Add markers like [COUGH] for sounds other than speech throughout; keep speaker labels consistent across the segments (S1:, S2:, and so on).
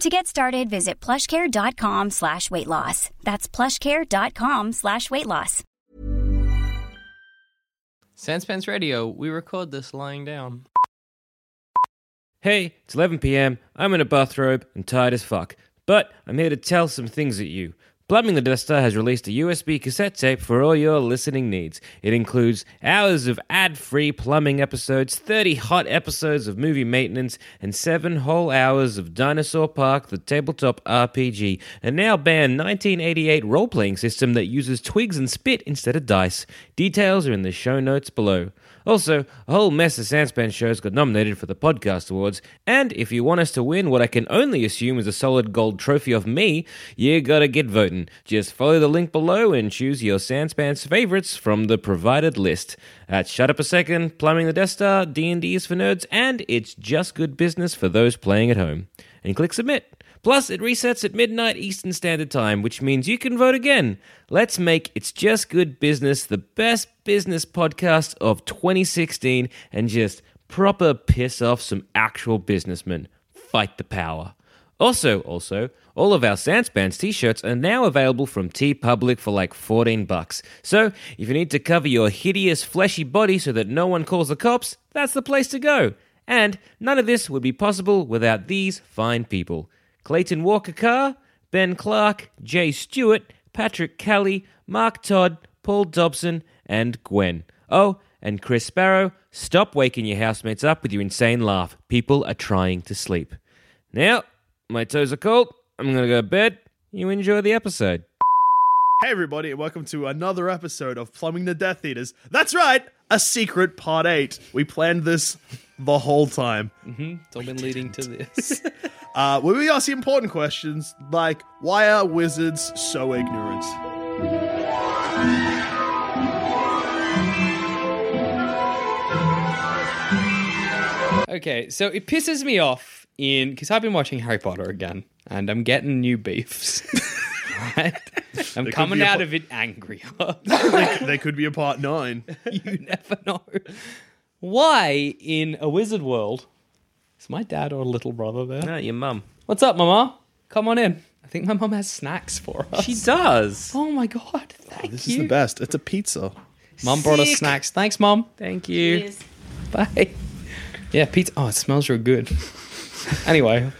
S1: To get started, visit plushcare.com slash weight loss. That's plushcare.com slash weight loss.
S2: Sanspence Radio, we record this lying down.
S3: Hey, it's 11 pm. I'm in a bathrobe and tired as fuck. But I'm here to tell some things at you. Plumbing the Duster has released a USB cassette tape for all your listening needs. It includes hours of ad free plumbing episodes, 30 hot episodes of movie maintenance, and 7 whole hours of Dinosaur Park, the tabletop RPG, a now banned 1988 role playing system that uses twigs and spit instead of dice. Details are in the show notes below. Also, a whole mess of Sandspan shows got nominated for the Podcast Awards, and if you want us to win what I can only assume is a solid gold trophy of me, you gotta get voting. Just follow the link below and choose your Sandspan's favorites from the provided list. At Shut Up a Second, Plumbing the Death Star, D&D is for nerds, and it's just good business for those playing at home. And click submit. Plus, it resets at midnight Eastern Standard Time, which means you can vote again. Let's make It's Just Good Business the best business podcast of 2016 and just proper piss off some actual businessmen. Fight the power. Also, also, all of our Sanspans t-shirts are now available from T Public for like 14 bucks. So, if you need to cover your hideous fleshy body so that no one calls the cops, that's the place to go. And none of this would be possible without these fine people. Clayton Walker Carr, Ben Clark, Jay Stewart, Patrick Kelly, Mark Todd, Paul Dobson, and Gwen. Oh, and Chris Sparrow, stop waking your housemates up with your insane laugh. People are trying to sleep. Now, my toes are cold. I'm going to go to bed. You enjoy the episode.
S4: Hey, everybody, and welcome to another episode of Plumbing the Death Eaters. That's right, a secret part eight. We planned this the whole time.
S2: It's all been leading to this. [LAUGHS]
S4: Uh, where we ask the important questions like why are wizards so ignorant?
S2: okay, so it pisses me off in because I've been watching Harry Potter again, and I'm getting new beefs. right? I'm coming
S4: be a
S2: out
S4: po-
S2: of it [LAUGHS] angrier.
S4: Like, they could be a part nine.
S2: you never know. Why in a wizard world is my dad or little brother there?
S3: Oh, your mum.
S2: What's up, Mama? Come on in. I think my mum has snacks for us.
S3: She does.
S2: oh my god! Thank
S4: This is
S2: you.
S4: the best. It's a pizza.
S2: Mum brought us
S3: Sick.
S2: snacks. Thanks, Mum.
S3: Thank you.
S2: Bye. Yeah, pizza. Oh, it smells real good. [LAUGHS] anyway,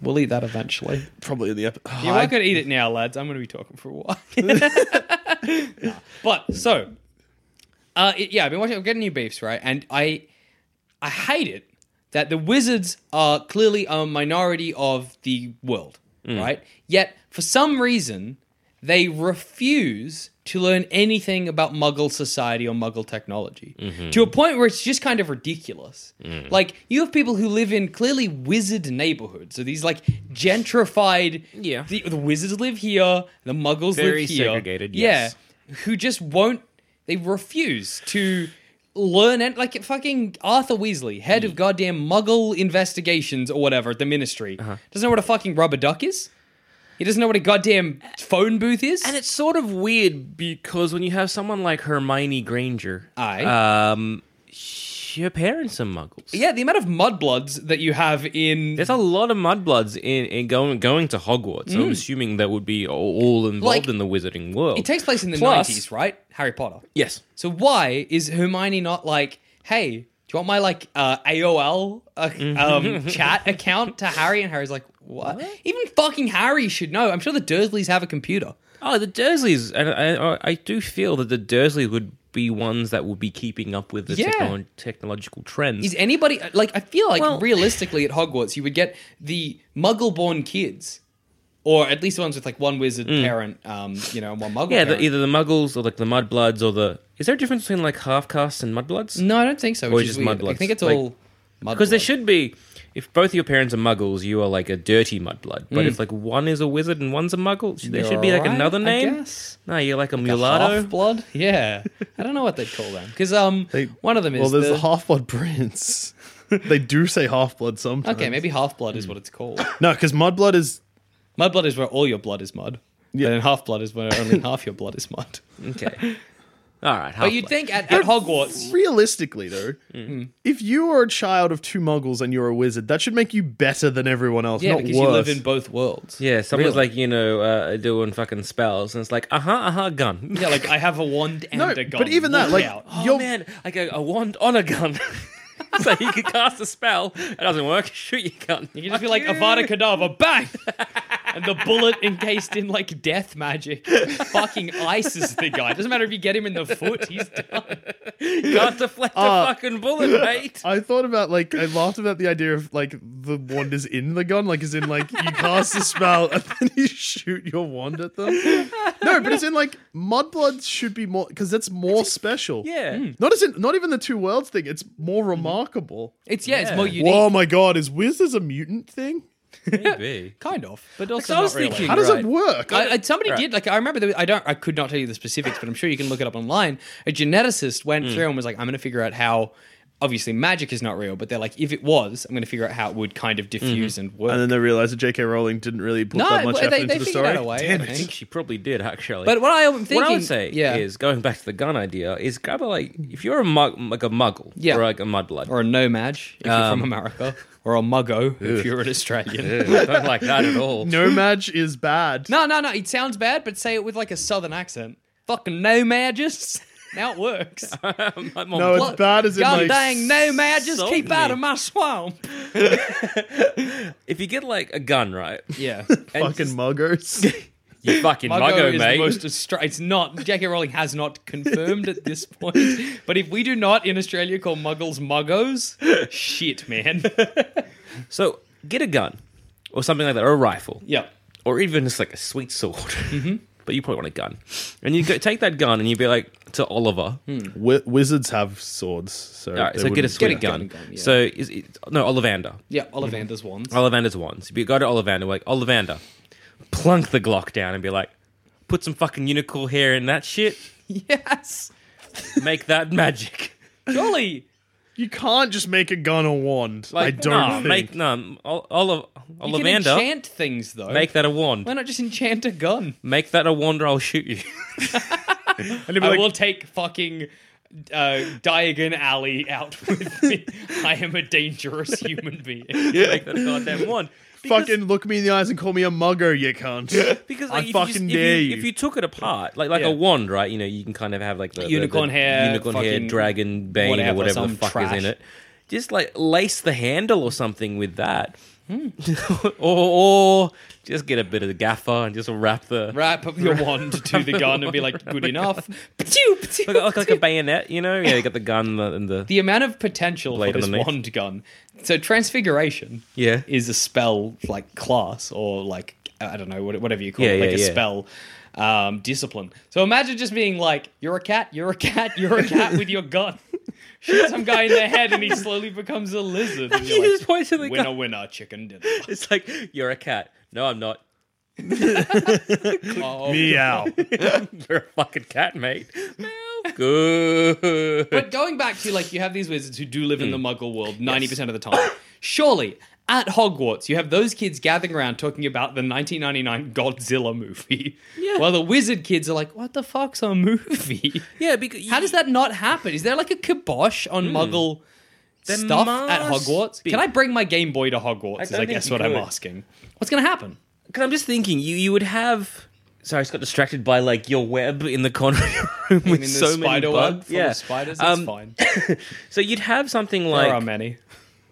S2: we'll eat that eventually.
S4: Probably in the episode.
S2: Yeah, we're not going to eat it now, lads. I'm going to be talking for a while. [LAUGHS] Nah. But so, uh, it- yeah, I've been watching. I'm getting new beefs, right? And I, I hate it that the wizards are clearly a minority of the world, right? Yet for some reason they refuse to learn anything about muggle society or muggle technology to a point where it's just kind of ridiculous like you have people who live in clearly wizard neighborhoods so these like gentrified
S3: Yeah.
S2: the, the wizards live here the muggles
S3: Very
S2: live here
S3: segregated, yes.
S2: yeah who just won't they refuse to learn and like fucking arthur weasley head
S3: Mm.
S2: of goddamn muggle investigations or whatever at the ministry
S3: Uh-huh.
S2: doesn't know what a fucking rubber duck is he doesn't know what a goddamn phone booth is
S3: And it's sort of weird because when you have someone like Hermione Granger,
S2: Aye.
S3: um, sh- her parents are muggles.
S2: yeah the amount of mudbloods that you have in
S3: There's a lot of mudbloods in, in going going to Hogwarts. So I'm assuming that would be all, all involved
S2: Mm. Like,
S3: in the wizarding world.
S2: it takes place in the
S3: Plus-
S2: 90s right harry potter
S3: Yes.
S2: So why is Hermione not like, hey, do you want my like uh, AOL uh,
S3: [LAUGHS]
S2: um, chat account to Harry? And Harry's like, what? Even fucking Harry should know. I'm sure the Dursleys have a computer.
S3: Oh, the Dursleys. And I, I, I do feel that the Dursleys would be ones that would be keeping up with the
S2: Yeah.
S3: techno- technological trends.
S2: Is anybody uh, like? I feel like
S3: Well-
S2: realistically at Hogwarts, you would get the Muggle-born kids, or at least the ones with like one wizard parent, um, you know, and one Muggle.
S3: Mm. yeah,
S2: parent.
S3: the, either the Muggles or like the Mudbloods or the. Is there a difference between like half castes and Mudbloods?
S2: no, I don't think so.
S3: Or
S2: Which is
S3: just
S2: weird. I
S3: mudbloods.
S2: think it's
S3: Like-
S2: all
S3: Because there
S2: mudblood.
S3: should be. If both of your parents are muggles, you are like a dirty mudblood. But if like one is a wizard and one's a muggle, there
S2: Mm. You're
S3: should be like
S2: alright,
S3: another
S2: I
S3: name.
S2: guess.
S3: No, you're like a
S2: A
S3: mulatto.
S2: half-blood. Yeah, I don't know what they'd call them because um, one of them is
S4: Oh, Well, there's
S2: the,
S4: the half blood prince. [LAUGHS] they do say half blood sometimes.
S2: okay, maybe half-blood is what it's called.
S4: No, because mud blood is
S2: Mudblood is where all your blood is mud.
S4: Yeah.
S2: Yeah. And half-blood is where only half your blood is [LAUGHS] mud.
S3: okay. All right.
S2: But you'd think at, at Hogwarts,
S4: realistically though.
S2: Mm-hmm.
S4: If you are a child of two muggles and you're a wizard, that should make you better than everyone else,
S2: yeah,
S4: not
S2: because
S4: worse.
S2: you live in both worlds.
S3: Yeah, someone's
S2: Really.
S3: like, you know, uh, doing fucking spells, and it's like, uh huh, uh huh, gun. [LAUGHS]
S2: Yeah, like I have a wand and
S4: no,
S2: a gun.
S4: but even that,
S2: Walk
S4: like,
S2: out.
S3: Oh
S4: you're
S3: man, like a, a wand on a gun. [LAUGHS] so you could cast a spell, it doesn't work, [LAUGHS] shoot your gun.
S2: You can just be like Avada Kedavra, [LAUGHS] bang, and the bullet encased in like death [LAUGHS] magic, fucking ices the guy. Doesn't matter if you get him in the foot, he's done.
S3: Can't deflect a fucking [LAUGHS] bullet, mate.
S4: [LAUGHS] I thought about like I laughed about the idea of like the wand is in the gun, like as in like you cast a spell and [LAUGHS] then you shoot your wand at them. No, but it's in like mudbloods should be more because that's more special.
S3: Yeah.
S2: Mm.
S4: Not as in not even the two worlds thing. It's more remarkable.
S2: It's yeah, it's
S3: Yeah.
S2: more Mm-hmm. unique,
S4: Oh my god, is wizards a mutant thing?
S3: Maybe.
S2: kind of, but also
S3: I was
S2: not really.
S3: thinking-
S4: How does
S3: Right.
S4: it work?
S2: I, I- somebody did like I remember. There was, I don't. I could not tell you the specifics, but I'm sure you can look it up online. A geneticist went
S4: Hmm.
S2: through and was like, "I'm going to figure out how." Obviously, magic is not real, but they're like, if it was, I'm going to figure out how it would kind of diffuse and
S4: Mm-hmm.
S2: work.
S4: and then they realized that J.K. Rowling didn't really put
S2: no,
S4: that
S2: well,
S4: much effort
S2: they,
S4: into
S2: they
S4: the
S2: figured
S4: story.
S2: out a
S4: [LAUGHS]
S2: way.
S3: [LAUGHS]
S2: I
S3: I
S2: think.
S3: think she probably did, actually.
S2: But what I'm thinking,
S3: what I would say
S2: yeah,
S3: is, going back to the gun idea, is grab a, like, if you're a mug, like a muggle,
S2: Yeah.
S3: or like a mudblood,
S2: or a nomad if you're
S3: Um,
S2: from America, or a muggo if you're
S4: [LAUGHS]
S2: an
S3: [LAUGHS]
S2: Australian.
S3: I don't like that at all.
S4: No match is bad.
S2: no, no, no. It sounds bad, but say it with like a southern accent. Fucking nomadges. [LAUGHS] Now
S4: [LAUGHS]
S2: it works.
S3: I'm
S4: No,
S3: on
S4: it's bad as in
S2: God
S4: like
S2: dang nomad, just
S3: sold
S2: keep
S3: me.
S2: out of my swamp.
S3: if you get like a gun, right? [LAUGHS]
S2: Yeah.
S4: fucking
S2: [LAUGHS]
S4: muggers.
S3: You fucking
S2: Muggo
S3: muggo,
S2: is
S3: mate.
S2: the most Austra- It's not. J.K. Rowling has not confirmed at this
S3: [LAUGHS]
S2: point. But if we do not in Australia call muggles muggos,
S3: [LAUGHS]
S2: shit, man.
S3: So get a gun or something like that, or a rifle,
S2: yeah. Mm-hmm.
S3: or even just like a sweet sword. [LAUGHS] But you probably want a gun, and you go, take that gun and you be like to Oliver.
S2: Hmm.
S4: Wi- wizards have swords, so
S3: All right,
S4: they
S3: so get a
S4: wouldn't-
S3: sweet
S2: Get a
S3: gun.
S2: gun, gun, yeah.
S3: So is it, no Ollivander.
S2: Yeah, Ollivander's wands.
S3: Ollivander's wands. If you go to Ollivander, like Ollivander, plunk the Glock down and be like, put some fucking unicorn hair in that shit.
S2: Yes.
S3: Make that [LAUGHS] magic.
S2: Surely.
S4: You can't just make a gun a wand. I
S3: Like,
S4: don't
S3: nah,
S4: think.
S3: make no Olive
S2: You can
S3: Ollivander.
S2: enchant things, though.
S3: Make that a wand.
S2: Why not just enchant a gun?
S3: Make that a wand, or I'll shoot you. [LAUGHS]
S4: And they'd be
S2: I
S4: like,
S2: will take fucking uh, Diagon Alley out [LAUGHS] with me. I am a dangerous human being.
S3: [LAUGHS] Make that a goddamn
S2: [LAUGHS]
S3: wand. Because-
S4: fucking look me in the eyes and call me a mugger, you cunt.
S3: Because
S4: I
S3: like, if
S4: fucking
S3: you just,
S4: dare
S3: if you,
S4: you.
S3: If you took it apart, like like
S2: Yeah.
S3: a wand, right? You know, you can kind of have like the the-
S2: Unicorn
S3: the
S2: hair,
S3: unicorn hair,
S2: fucking
S3: dragon bane,
S2: whatever,
S3: or whatever the
S2: some
S3: fuck is
S2: trash.
S3: in it. Just like lace the handle or something with that,
S2: Hmm.
S3: [LAUGHS] or, or just get a bit of the gaffer and just wrap the
S2: Wrap up your wand to the gun and be like,
S3: [LAUGHS]
S2: good enough. Ptew, ptew,
S3: like, like, like a
S2: ptew.
S3: bayonet. You know, yeah, you got the gun and the, and
S2: [LAUGHS]
S3: the
S2: The amount of potential
S3: Blade
S2: for this
S3: underneath.
S2: wand gun. So transfiguration,
S3: Yeah.
S2: is a spell like class or like I don't know what- whatever you call
S3: Yeah,
S2: it, like
S3: yeah,
S2: a
S3: yeah.
S2: spell um, discipline. So imagine just being like, you're a cat, you're a cat, you're a cat with
S3: [LAUGHS]
S2: your gun. Shoot some guy in the head and he slowly becomes a lizard. And
S3: You
S2: you're
S3: just point to the
S2: like, winner,
S3: gun.
S2: winner, chicken dinner.
S3: It's like you're a cat. No, I'm not. [LAUGHS]
S2: Oh.
S4: meow.
S3: You're a fucking cat, mate. Good.
S2: But going back to like, you have these wizards who do live in the
S3: Mm.
S2: Muggle world ninety percent of the time. Surely, at Hogwarts, you have those kids gathering around talking about the nineteen ninety nine Godzilla movie,
S3: Yeah.
S2: while the wizard kids are like, "What the fuck's a movie?
S3: yeah, because Hmm.
S2: How does that not happen? Is there like a kibosh on Muggle?"
S3: There
S2: Stuff at
S3: must
S2: Hogwarts.
S3: be.
S2: Can I bring my Game Boy to Hogwarts? Is
S3: don't
S2: I
S3: think
S2: guess
S3: you
S2: what I'm
S3: could.
S2: asking. What's going to happen?
S3: Because I'm just thinking, you you would have. Sorry, I just got distracted by like your web in the conference room with
S2: the
S3: so many
S2: spider web
S3: bugs.
S2: full
S3: yeah,
S2: of spiders. That's
S3: Um,
S2: fine.
S3: So you'd have something
S2: There
S3: like
S2: are many.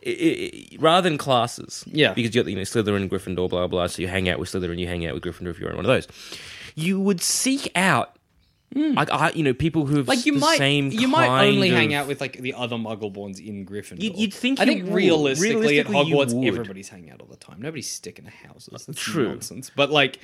S3: i- i- i- rather than classes.
S2: Yeah.
S3: because you got you know Slytherin, Gryffindor, blah blah. So you hang out with Slytherin, you hang out with Gryffindor if you're in one of those. you would seek out, like I, you know, people who have
S2: Hmm. Like you
S3: the
S2: might,
S3: same.
S2: you might
S3: kind
S2: only
S3: of-
S2: hang out with like the other Muggleborns in Gryffindor.
S3: You'd- you'd think
S2: I
S3: you
S2: think
S3: would.
S2: realistically, at
S3: Realistically, you
S2: Hogwarts,
S3: would.
S2: everybody's hanging out all the time. Nobody's sticking to houses. That's
S3: True.
S2: nonsense. But like,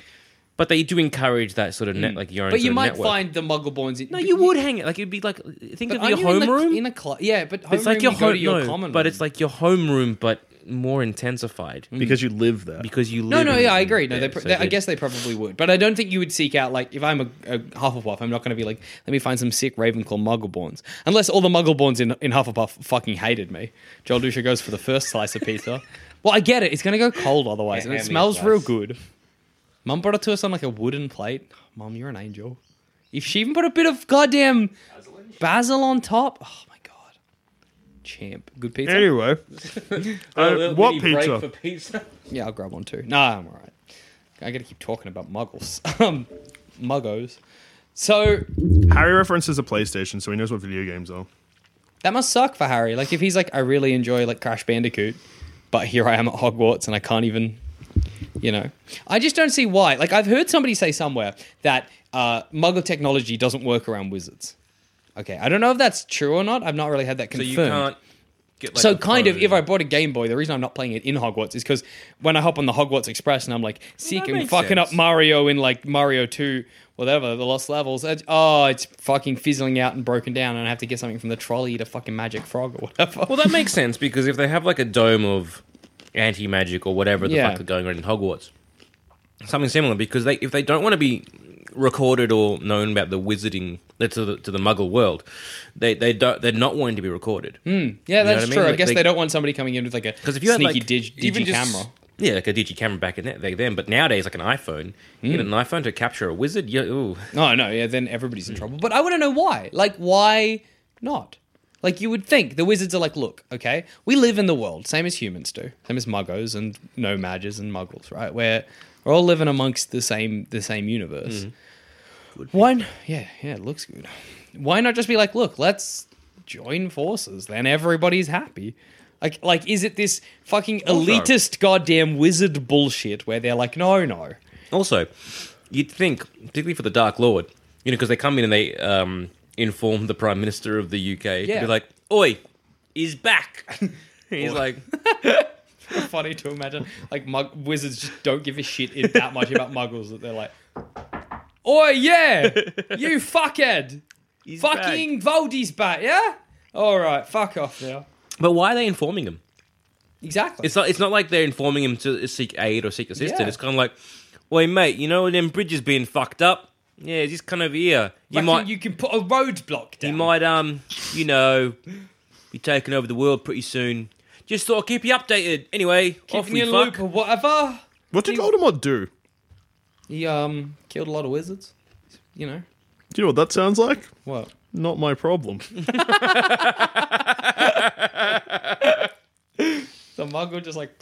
S3: but they do encourage that sort of net, like your own.
S2: Hmm. but
S3: sort
S2: you
S3: of
S2: might
S3: network.
S2: find the Muggleborns. In,
S3: No, you would hang it. Like it'd be like think
S2: But
S3: of your
S2: aren't you in the-
S3: homeroom.
S2: in a cl- yeah, but homeroom
S3: it's like your
S2: you go
S3: home,
S2: to your
S3: no,
S2: common,
S3: but
S2: room.
S3: it's like your homeroom, but more intensified
S4: because you live there.
S3: because you.
S2: No,
S3: Live
S2: no,
S3: in-
S2: yeah, I agree. No,
S3: yeah,
S2: they, pr
S3: so
S2: they, I
S3: they'd-
S2: guess they probably would, but I don't think you would seek out like if I'm a, a Hufflepuff, I'm not going to be like, let me find some sick Ravenclaw Muggleborns, unless all the Muggleborns in in Hufflepuff fucking hated me. Joel Dusha goes for the first slice
S3: [LAUGHS]
S2: of pizza. Well, I get it; it's going to go cold otherwise, and it
S3: hand me a
S2: smells
S3: slice.
S2: real good. Mum brought it to us on like a wooden plate. Mum, you're an angel. If she even put a bit of goddamn basil on top, oh my god, champ, good pizza.
S4: anyway,
S3: Oh, well,
S4: what
S3: did he break
S4: pizza?
S3: for pizza?
S2: Yeah, I'll grab one too. Nah, I'm all right. I got to keep talking about muggles. [LAUGHS] Um, muggos. So
S4: Harry references a PlayStation, so he knows what video games are.
S2: that must suck for Harry. Like, if he's like, I really enjoy like Crash Bandicoot, but here I am at Hogwarts and I can't even, you know. I just don't see why. Like, I've heard somebody say somewhere that uh, muggle technology doesn't work around wizards. Okay, I don't know if that's true or not. I've not really had that
S3: So
S2: confirmed.
S3: you can't. Get like
S2: so
S3: a
S2: kind of,
S3: phone.
S2: if I bought a Game Boy, the reason I'm not playing it in Hogwarts is because when I hop on the Hogwarts Express and I'm like seeking
S3: makes
S2: fucking up
S3: sense.
S2: Mario in like Mario Two, whatever the Lost Levels. It's, oh, it's fucking fizzling out and broken down, and I have to get something from the trolley to fucking Magic Frog or whatever.
S3: Well, that makes sense because if they have like a dome of anti magic or whatever the
S2: Yeah.
S3: fuck is going on in Hogwarts, something similar. Because they, if they don't want to be recorded or known about the wizarding uh, to the, to the Muggle world, they they don't they're not wanting to be recorded.
S2: yeah,
S3: know what
S2: that's
S3: I mean?
S2: true. I
S3: Like,
S2: guess they,
S3: they-
S2: don't want somebody coming in with like
S3: [LAUGHS]
S2: a
S3: Because if you had
S2: sneaky
S3: like
S2: dig-
S3: even
S2: digi
S3: just-
S2: camera.
S3: yeah, like a digi camera back in that, back then. But nowadays, like an iPhone, you
S2: Hmm.
S3: get an iPhone to capture a wizard. You, ooh,
S2: No, no, yeah, then everybody's in trouble. But I want to know why. Like, why not? Like, you would think the wizards are like, look, okay, we live in the world, same as humans do, same as muggos and no mages and muggles, right? Where we're all living amongst the same the same universe. Why? n- Yeah, yeah, it looks good. Why not just be like, look, let's join forces, then everybody's happy. Like, like, is it this fucking elitist goddamn wizard bullshit where they're like, no, no,
S3: Also, you'd think, particularly for the Dark Lord, you know, because they come in and they um, inform the Prime Minister of the UK to
S2: Yeah.
S3: be like, "Oi, he's
S2: [LAUGHS]
S3: back." He's like,
S2: funny to imagine. Like mug- wizards just don't give a shit in that much about muggles that they're like, "Oh yeah,
S3: [LAUGHS]
S2: you fuckhead,
S3: [LAUGHS] "He's back."
S2: fucking Voldy's back, yeah." All right, fuck off now.
S3: But why are they informing him?
S2: Exactly.
S3: It's not. It's not like they're informing him to seek aid or seek assistance.
S2: Yeah.
S3: It's kind of like, "Oi, mate, you know them bridges being fucked up. Yeah, just kind of here. You
S2: Reckon
S3: might,
S2: you can put a roadblock down.
S3: you might, um, you know, be taking over the world pretty soon." Just thought I'd keep you updated. Anyway,
S2: keep
S3: off
S2: me
S3: we
S2: in a
S3: fuck.
S2: loop or whatever.
S4: What did Voldemort do?
S2: He um killed a lot of wizards. You know
S4: Do you know what that sounds like?
S2: what?
S4: Not my problem.
S2: The muggle just like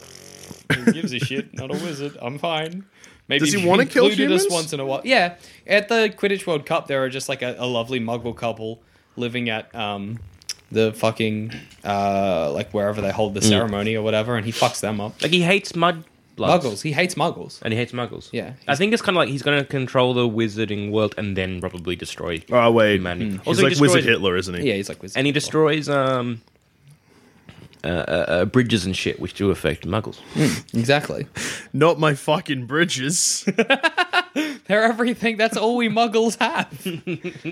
S2: who gives a shit. Not a wizard. I'm fine. Maybe [LAUGHS]
S4: Does he wanna kill
S2: included us
S4: humans?
S2: once in a while? Yeah. At the Quidditch World Cup, there are just like a, a lovely muggle couple living at um, the fucking uh, like wherever they hold the ceremony or whatever, and he fucks them up.
S3: Like he hates mud
S2: Muggles. He hates muggles.
S3: and he hates muggles.
S2: Yeah.
S3: I think it's kind of like he's going to control the wizarding world and then probably destroy
S4: Oh wait,
S3: humanity.
S4: he's
S3: Also, he
S4: like
S3: destroys-
S4: Wizard Hitler, isn't he?
S2: Yeah, he's like wizard.
S3: And he destroys um, uh, uh, uh, bridges and shit, which do affect muggles.
S2: exactly.
S4: Not my fucking bridges.
S2: They're everything. That's all we
S4: [LAUGHS]
S2: muggles have.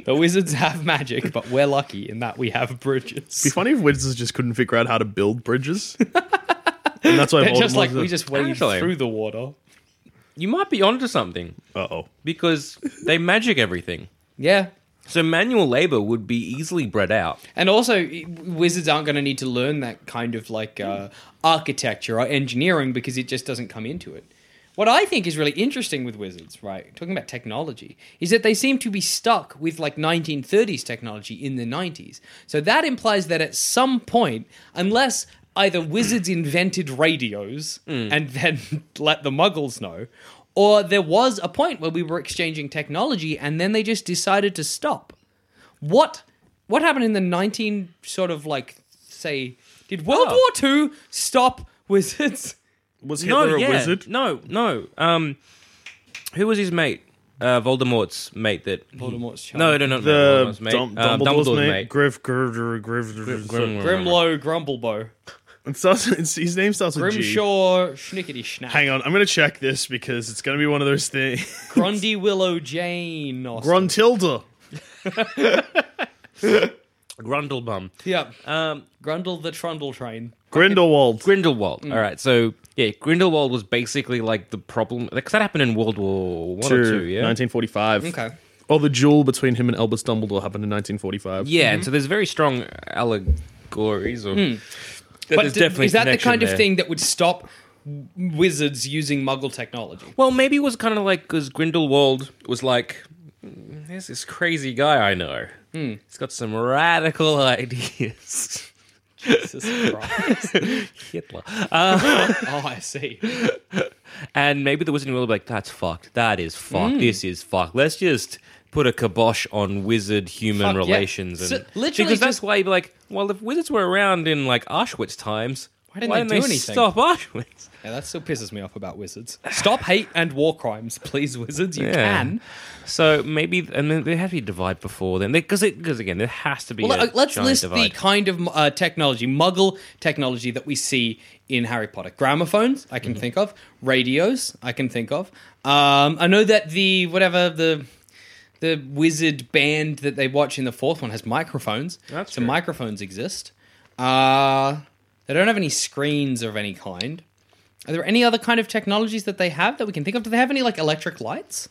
S2: the wizards have magic, but we're lucky in that we have bridges.
S4: Be funny if wizards just couldn't figure out how to build bridges. and that's why
S2: They're
S4: Voldemort
S2: just like we just wade
S3: Actually.
S2: through the water.
S3: You might be onto something
S4: Uh oh.
S3: because they magic everything.
S2: Yeah,
S3: So manual labor would be easily bred out.
S2: And also, i- wizards aren't going to need to learn that kind of like uh, architecture or engineering because it just doesn't come into it. What I think is really interesting with wizards, right, talking about technology, is that they seem to be stuck with like 1930s technology in the 90s. So that implies that at some point, unless either wizards invented radios and [LAUGHS] then let the muggles know, or there was a point where we were exchanging technology and then they just decided to stop what what happened in the 19 sort of like say did
S4: Ah.
S2: world
S3: Oh.
S2: war ii stop wizards
S4: Was
S3: No,
S4: Hitler
S3: yeah.
S4: a wizard?
S3: No, no. Um, who was his mate? uh, Voldemort's mate that.
S2: Voldemort's child.
S3: No, no, no, no,
S4: The
S3: Voldemort's mate.
S4: Dum-
S3: uh,
S4: Dumbledore's,
S3: Dumbledore's
S4: mate.
S3: mate.
S4: Griff, Griff, Griff,
S3: Grim-
S2: Grimlow Grumblebow.
S4: It starts, it's, his name starts with G.
S2: Grimshaw Schnickety Schnack.
S4: Hang on, I'm going to check this because it's going to be one of those things.
S2: Grundy Willow Jane. Austen.
S4: Gruntilda.
S3: Grundlebum.
S2: Yep.
S3: Um,
S2: Grundle the Trundle Train.
S4: Grindelwald.
S3: Grindelwald.
S2: Mm.
S3: All right, so yeah, Grindelwald was basically like the problem because that happened in World War One or Two, yeah.
S4: 1945.
S2: Okay.
S4: Or Oh, the duel between him and Albus Dumbledore happened in 1945.
S3: Yeah,
S2: Mm-hmm.
S3: and so there's very strong allegories, or but
S2: Hmm. But d- is that the kind of thing that would stop w- wizards using
S4: [LAUGHS]
S2: muggle technology?
S3: Well, maybe it was kind of like because Grindelwald was like, "Mm, "There's this crazy guy I know.
S2: Hmm.
S3: He's got some radical [LAUGHS] ideas."
S2: [LAUGHS] Jesus Christ.
S3: [LAUGHS] Hitler.
S2: oh, I see.
S3: And maybe the Wizarding World will be like, that's fucked. That is fucked.
S2: Hmm.
S3: This is fucked. Let's just put a kibosh on wizard human
S2: Fuck yeah.
S3: relations.
S2: So,
S3: And,
S2: literally
S3: because that's
S2: just-
S3: why you'd be like, well, if wizards were around in like Auschwitz times, why
S2: didn't
S3: didn't,
S2: they do
S3: they,
S2: anything?
S3: stop Auschwitz?
S2: Yeah, that still pisses me off about wizards. Stop hate and war crimes, please, wizards. You
S3: Yeah.
S2: can.
S3: So maybe, and then they have to be divide before then. Because because again, there has to be.
S2: Well,
S3: a
S2: let- let's
S3: giant
S2: list
S3: divide.
S2: the kind of uh, technology, muggle technology that we see in Harry Potter. Gramophones,
S3: Mm-hmm.
S2: I can think of. Radios, I can think of. Um, I know that the whatever the the wizard band that they watch in the fourth one has microphones.
S3: That's
S2: so
S3: true.
S2: microphones exist. Uh, they don't have any screens of any kind. Are there any other kind of technologies that they have that we can think of? Do they have any like electric lights?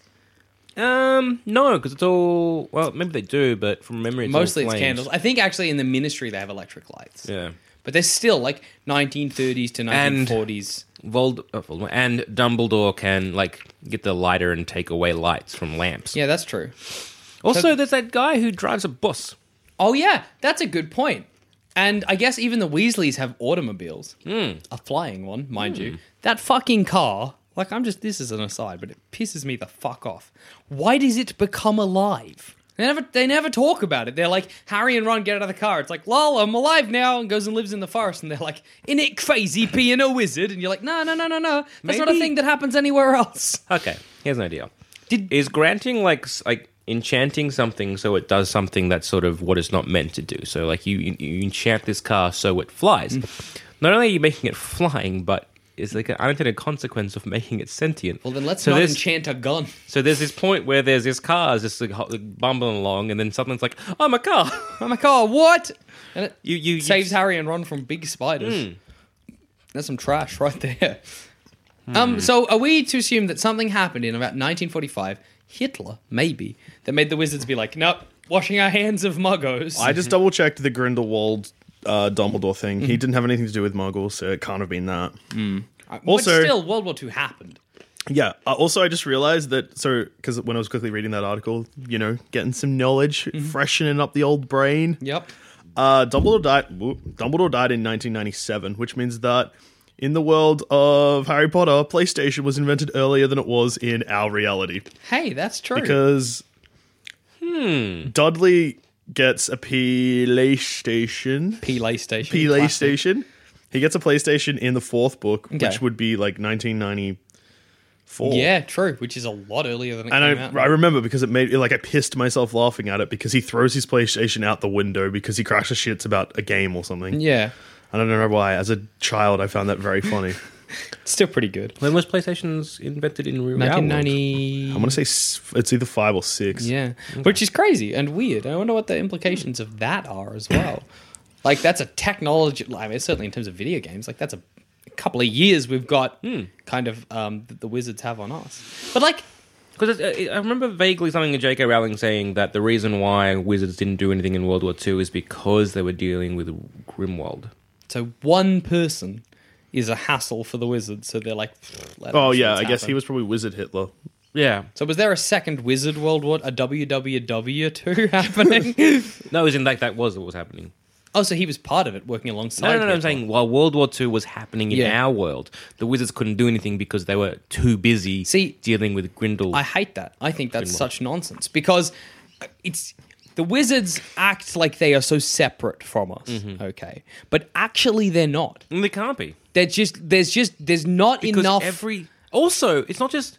S3: Um, no, because it's all. Well, maybe they do, but from memory, it's all
S2: Mostly it's
S3: flames.
S2: candles. I think actually in the ministry they have electric lights.
S3: Yeah.
S2: But they're still like 1930s to
S3: And-
S2: 1940s.
S3: Vold- uh, Voldemort- and Dumbledore can like get the lighter and take away lights from lamps.
S2: yeah, that's true.
S3: Also, there's that guy who drives a bus.
S2: Oh, yeah, that's a good point. And I guess even the Weasleys have automobiles.
S3: Hmm.
S2: A flying one, mind you. That fucking car, like, I'm just, this is an aside, but it pisses me the fuck off. Why does it become alive? They never, they never talk about it. They're like, Harry and Ron get out of the car. It's like, lol, I'm alive now, and goes and lives in the forest. And they're like, isn't it crazy being a wizard? And you're like, no, no, no, no, no. That's not a
S3: Maybe-
S2: thing that happens anywhere else.
S3: Okay, here's an idea.
S2: Did-
S3: is granting like s- like enchanting something so it does something that's sort of what it's not meant to do. So like you you enchant this car so it flies.
S2: Mm.
S3: Not only are you making it flying, but it's like an unintended consequence of making it sentient.
S2: Well, then let's
S3: so
S2: not
S3: there's-
S2: enchant a gun.
S3: So there's this point where there's this car is just like, ho- bumbling along, and then something's like, "I'm a car."
S2: [LAUGHS]
S3: [LAUGHS]
S2: I'm like, oh, what? And it
S3: you you you-
S2: saves Harry and Ron from big spiders.
S4: Hmm.
S2: That's some trash right there. Um, so are we to assume that something happened in about 1945, Hitler, maybe, that made the wizards be like, nope, washing our hands of muggos.
S4: I just double checked the Grindelwald uh, Dumbledore thing. He didn't have anything to do with Muggles, so it can't have been that. also-
S2: but still, World War II happened.
S4: Yeah. Uh, also, I just realized that so because when I was quickly reading that article, you know, getting some knowledge, freshening up the old brain.
S2: Yep.
S4: Uh, Dumbledore died. whoop, Dumbledore died in 1997, which means that in the world of Harry Potter, PlayStation was invented earlier than it was in our reality
S2: Hey, that's true.
S4: because Dudley gets a PlayStation.
S2: PlayStation. Classic.
S4: PlayStation. He gets a PlayStation in the fourth book,
S2: Okay.
S4: which would be like 1994.
S2: Yeah, true, which is a lot earlier than it
S4: And
S2: came
S4: I,
S2: out.
S4: I remember because it made like I pissed myself laughing at it because he throws his PlayStation out the window because he crashes shits about a game or something.
S2: yeah,
S4: I don't know why. As a child, I found that very
S2: [LAUGHS]
S4: funny.
S2: still pretty good.
S3: When was PlayStation's invented in real
S2: 1990.
S4: I'm gonna say s- it's either five or six.
S2: Yeah, which is crazy and weird. I wonder what the implications of that are
S4: [CLEARS THROAT]
S2: as well. like that's a technology. I mean, certainly in terms of video games, like that's a, couple of years we've got
S4: Hmm.
S2: kind of um, that the wizards have on us. But like,
S3: Because uh, I remember vaguely something in J.K. Rowling saying that the reason why wizards didn't do anything in World War II is because they were dealing with Grimwald.
S2: so one person is a hassle for the wizards, so they're like, let
S4: Oh
S2: these
S4: yeah, I
S2: things
S4: guess
S2: happen.
S4: he was probably Wizard Hitler.
S3: Yeah.
S2: So was there a second wizard world war, a WWW
S4: [LAUGHS]
S2: two [LAUGHS] happening?
S3: No, as in like that was what was happening.
S2: oh, so he was part of it, working
S3: No,
S2: alongside.
S3: no, no. I'm
S2: people.
S3: saying while World War II was happening in
S2: Yeah.
S3: our world, the wizards couldn't do anything because they were too busy
S2: See,
S3: dealing with Grindel.
S2: I hate that. I think that's such nonsense because it's the wizards act like they are so separate from us, okay? But actually, they're not.
S3: And they can't be.
S2: They're just there's just there's not
S3: because
S2: enough.
S3: every also it's not just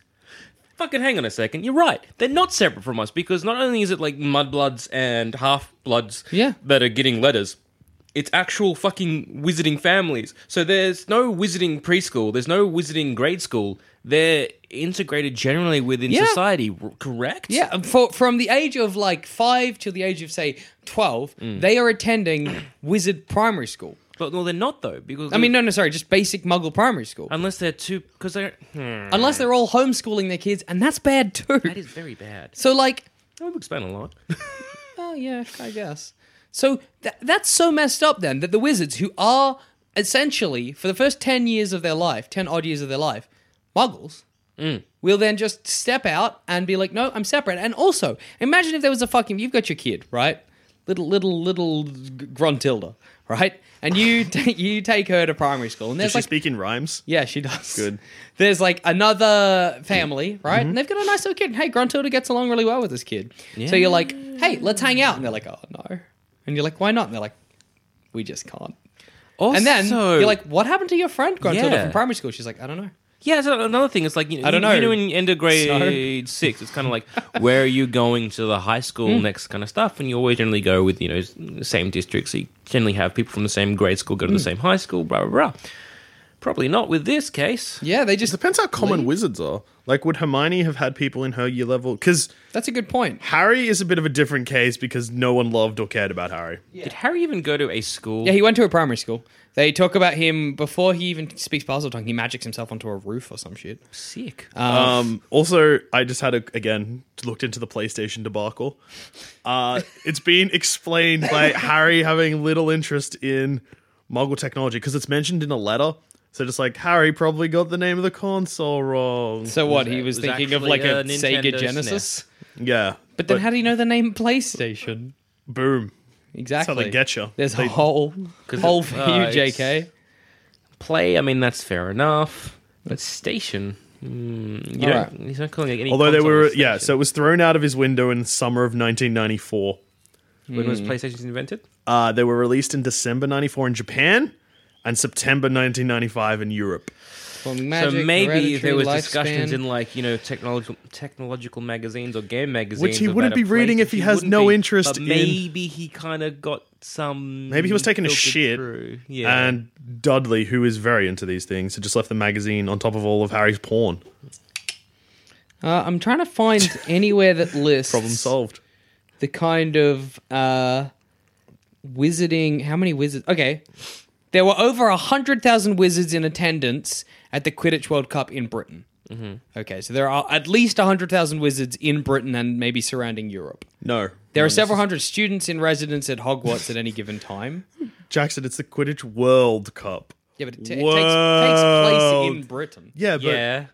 S3: fucking hang on a second, you're right. They're not separate from us because not only is it like mudbloods and half bloods
S2: Yeah.
S3: that are getting letters, it's actual fucking wizarding families. So there's no wizarding preschool, there's no wizarding grade school. They're integrated generally within
S2: Yeah.
S3: society, r- correct?
S2: Yeah, and for, from the age of like five to the age of say twelve, they are attending [COUGHS] wizard primary school.
S3: But no, they're not though because
S2: I mean, no, no, sorry, just basic Muggle primary school.
S3: unless they're too because they're hmm,
S2: Unless they're all homeschooling their kids, and that's bad too.
S3: that is very bad.
S2: so like,
S3: That would explain a lot.
S2: oh yeah, I guess. So tha that's so messed up then that the wizards who are essentially for the first ten years of their life, ten odd years of their life, Muggles. Will then just step out and be like, no, I'm separate. And also, imagine if there was a fucking, you've got your kid, right? Little, little, little g- Gruntilda, right? And you, [LAUGHS] ta you take her to primary school, and
S4: Does
S2: there's
S4: she
S2: like
S4: speak in rhymes?
S2: Yeah, she does.
S4: Good.
S2: [LAUGHS] There's like another family, right? And they've got a nice little kid. Hey, Gruntilda gets along really well with this kid. So you're like, hey, let's hang out. And they're like, oh, no. And you're like, why not? And they're like, we just can't. and then you're like, what happened to your friend, Gruntilda,
S3: Yeah.
S2: from primary school? She's like, I don't know.
S3: Yeah, so another thing. It's like you know,
S2: I don't know.
S3: You know, in end of grade six, it's kind of like where are you going to the high school
S2: Hmm.
S3: next, kind of stuff. And you always generally go with you know s- the same districts. So you generally have people from the same grade school go
S2: Hmm.
S3: to the same high school. Blah blah blah. Probably not with this case.
S2: Yeah, they
S4: It
S2: just.
S4: depends how common wizards are. Like, would Hermione have had people in her year level? Because
S2: That's a good point.
S4: Harry is a bit of a different case because no one loved or cared about Harry.
S3: Did Harry even go to a school?
S2: Yeah, he went to a primary school. They talk about him before he even speaks Basel tongue. He magics himself onto a roof or some shit.
S3: sick.
S2: Uh,
S4: Um, also, I just had a, again looked into the PlayStation debacle. Uh, it's been explained
S2: [LAUGHS]
S4: by Harry having little interest in Muggle technology because it's mentioned in a letter. So just like Harry probably got the name of the console wrong.
S2: So what? he
S3: it
S2: was,
S3: was
S2: thinking of
S3: actually
S2: like a,
S3: a Nintendo
S2: Sega Genesis.
S4: yeah,
S2: But then, how do you know the name PlayStation?
S4: boom.
S2: Exactly.
S4: they get ya.
S2: There's
S4: They-
S3: [LAUGHS]
S2: a whole whole for
S3: uh,
S2: you,
S3: it's-
S2: JK.
S3: Play. I mean, that's fair enough. But station. Mm, you
S2: Alright.
S3: don't, He's not calling it any.
S4: Although they
S3: console
S4: were
S3: a
S4: yeah,
S3: station.
S4: so it was thrown out of his window in the summer of 1994.
S3: when was
S2: Hmm.
S3: PlayStation invented?
S4: Uh, they were released in December 94 in Japan and September 1995 in Europe.
S2: Well, magic,
S3: so maybe if
S2: hereditary,
S3: there was
S2: lifespan.
S3: discussions in like you know technological technological magazines or game magazines,
S4: he
S3: about
S4: wouldn't
S3: a
S4: be reading
S3: place,
S4: if he has
S3: wouldn't
S4: no
S3: be,
S4: interest
S3: But
S4: in-
S3: maybe he kind of got some.
S4: Maybe he was taking a
S3: filtered
S4: shit
S3: through. Yeah,
S4: And Dudley, who is very into these things, had just left the magazine on top of all of Harry's porn.
S2: uh, I'm trying
S3: [LAUGHS]
S2: to find anywhere that lists
S4: Problem solved.
S2: the kind of uh, wizarding. How many wizards? Okay, there were over hundred thousand wizards in attendance at the Quidditch World Cup in Britain.
S3: Mm-hmm.
S2: Okay, so there are at least hundred thousand wizards in Britain and maybe surrounding Europe.
S4: No.
S2: There are several hundred students in residence at Hogwarts at any given time.
S4: Jackson, it's the Quidditch World Cup.
S2: Yeah, but it ta- takes, takes place in
S4: World.
S2: Britain.
S4: Yeah, but.
S3: yeah.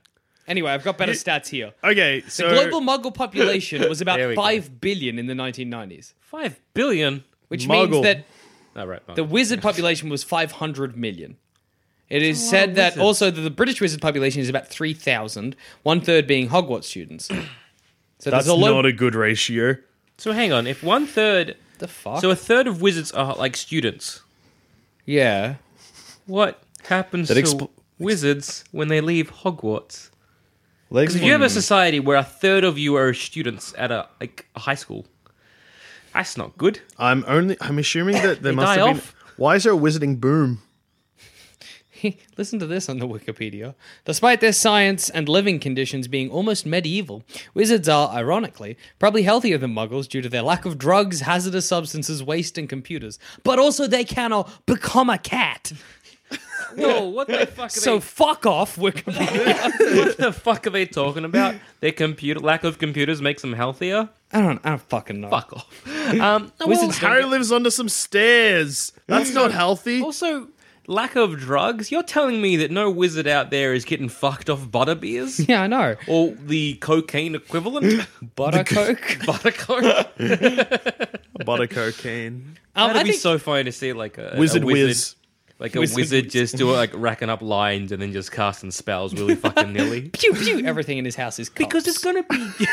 S2: Anyway, I've got better stats here.
S4: Okay, so.
S2: The global muggle population
S4: [LAUGHS]
S2: was about
S3: There we go.
S2: 5 billion in the 1990s,
S3: Five billion.
S2: which
S4: Muggle.
S2: means that
S3: All right,
S2: the wizard population was 500 million. It is said that also that the British wizard population is about 3,000, one third being Hogwarts students. [CLEARS THROAT] So
S4: that's
S2: there's a low.
S4: not a good ratio.
S3: so hang on. If one third,
S2: the fuck?
S3: so a third of wizards are like students.
S2: yeah.
S3: What happens
S4: That
S3: to
S4: expl-
S3: wizards when they leave Hogwarts?
S4: Because
S3: Because if you have a society where a third of you are students at a like a high school, that's not good.
S4: I'm only. I'm
S3: [LAUGHS]
S4: assuming that
S3: They
S4: there must
S3: die
S4: have been.
S3: off.
S4: Why is there a wizarding boom?
S2: [LAUGHS] Listen to this on the Wikipedia. Despite their science and living conditions being almost medieval, wizards are, ironically, probably healthier than muggles due to their lack of drugs, hazardous substances, waste, and computers. But also, they cannot become a [LAUGHS] cat.
S3: Whoa, Oh, what the fuck? Are [LAUGHS]
S2: So
S3: they,
S2: fuck off, [LAUGHS] Wikipedia.
S3: what the fuck are they talking about? Their computer lack of computers makes them healthier.
S2: I don't, I don't fucking know.
S3: Fuck off. Um, no,
S2: Wizards
S3: well,
S4: Harry lives under some stairs. That's
S3: [LAUGHS]
S4: not healthy.
S3: also lack of drugs. You're telling me that no wizard out there is getting fucked off [LAUGHS] butterbeers
S2: Yeah, I know.
S3: or the cocaine [LAUGHS] equivalent,
S2: Buttercoke.
S3: [LAUGHS] buttercoke.
S4: Butter cocaine.
S2: Um,
S3: That'd
S2: I
S3: be
S2: think
S3: so funny to see like [LAUGHS] a a
S4: Wizard
S3: wizard,
S4: whiz.
S3: like a
S2: Wizard
S3: wizard, just do it like racking up lines and then just casting spells willy fucking [LAUGHS] nilly.
S2: [LAUGHS] pew pew. Everything in his house is cops.
S3: Because it's gonna be
S2: [LAUGHS] pew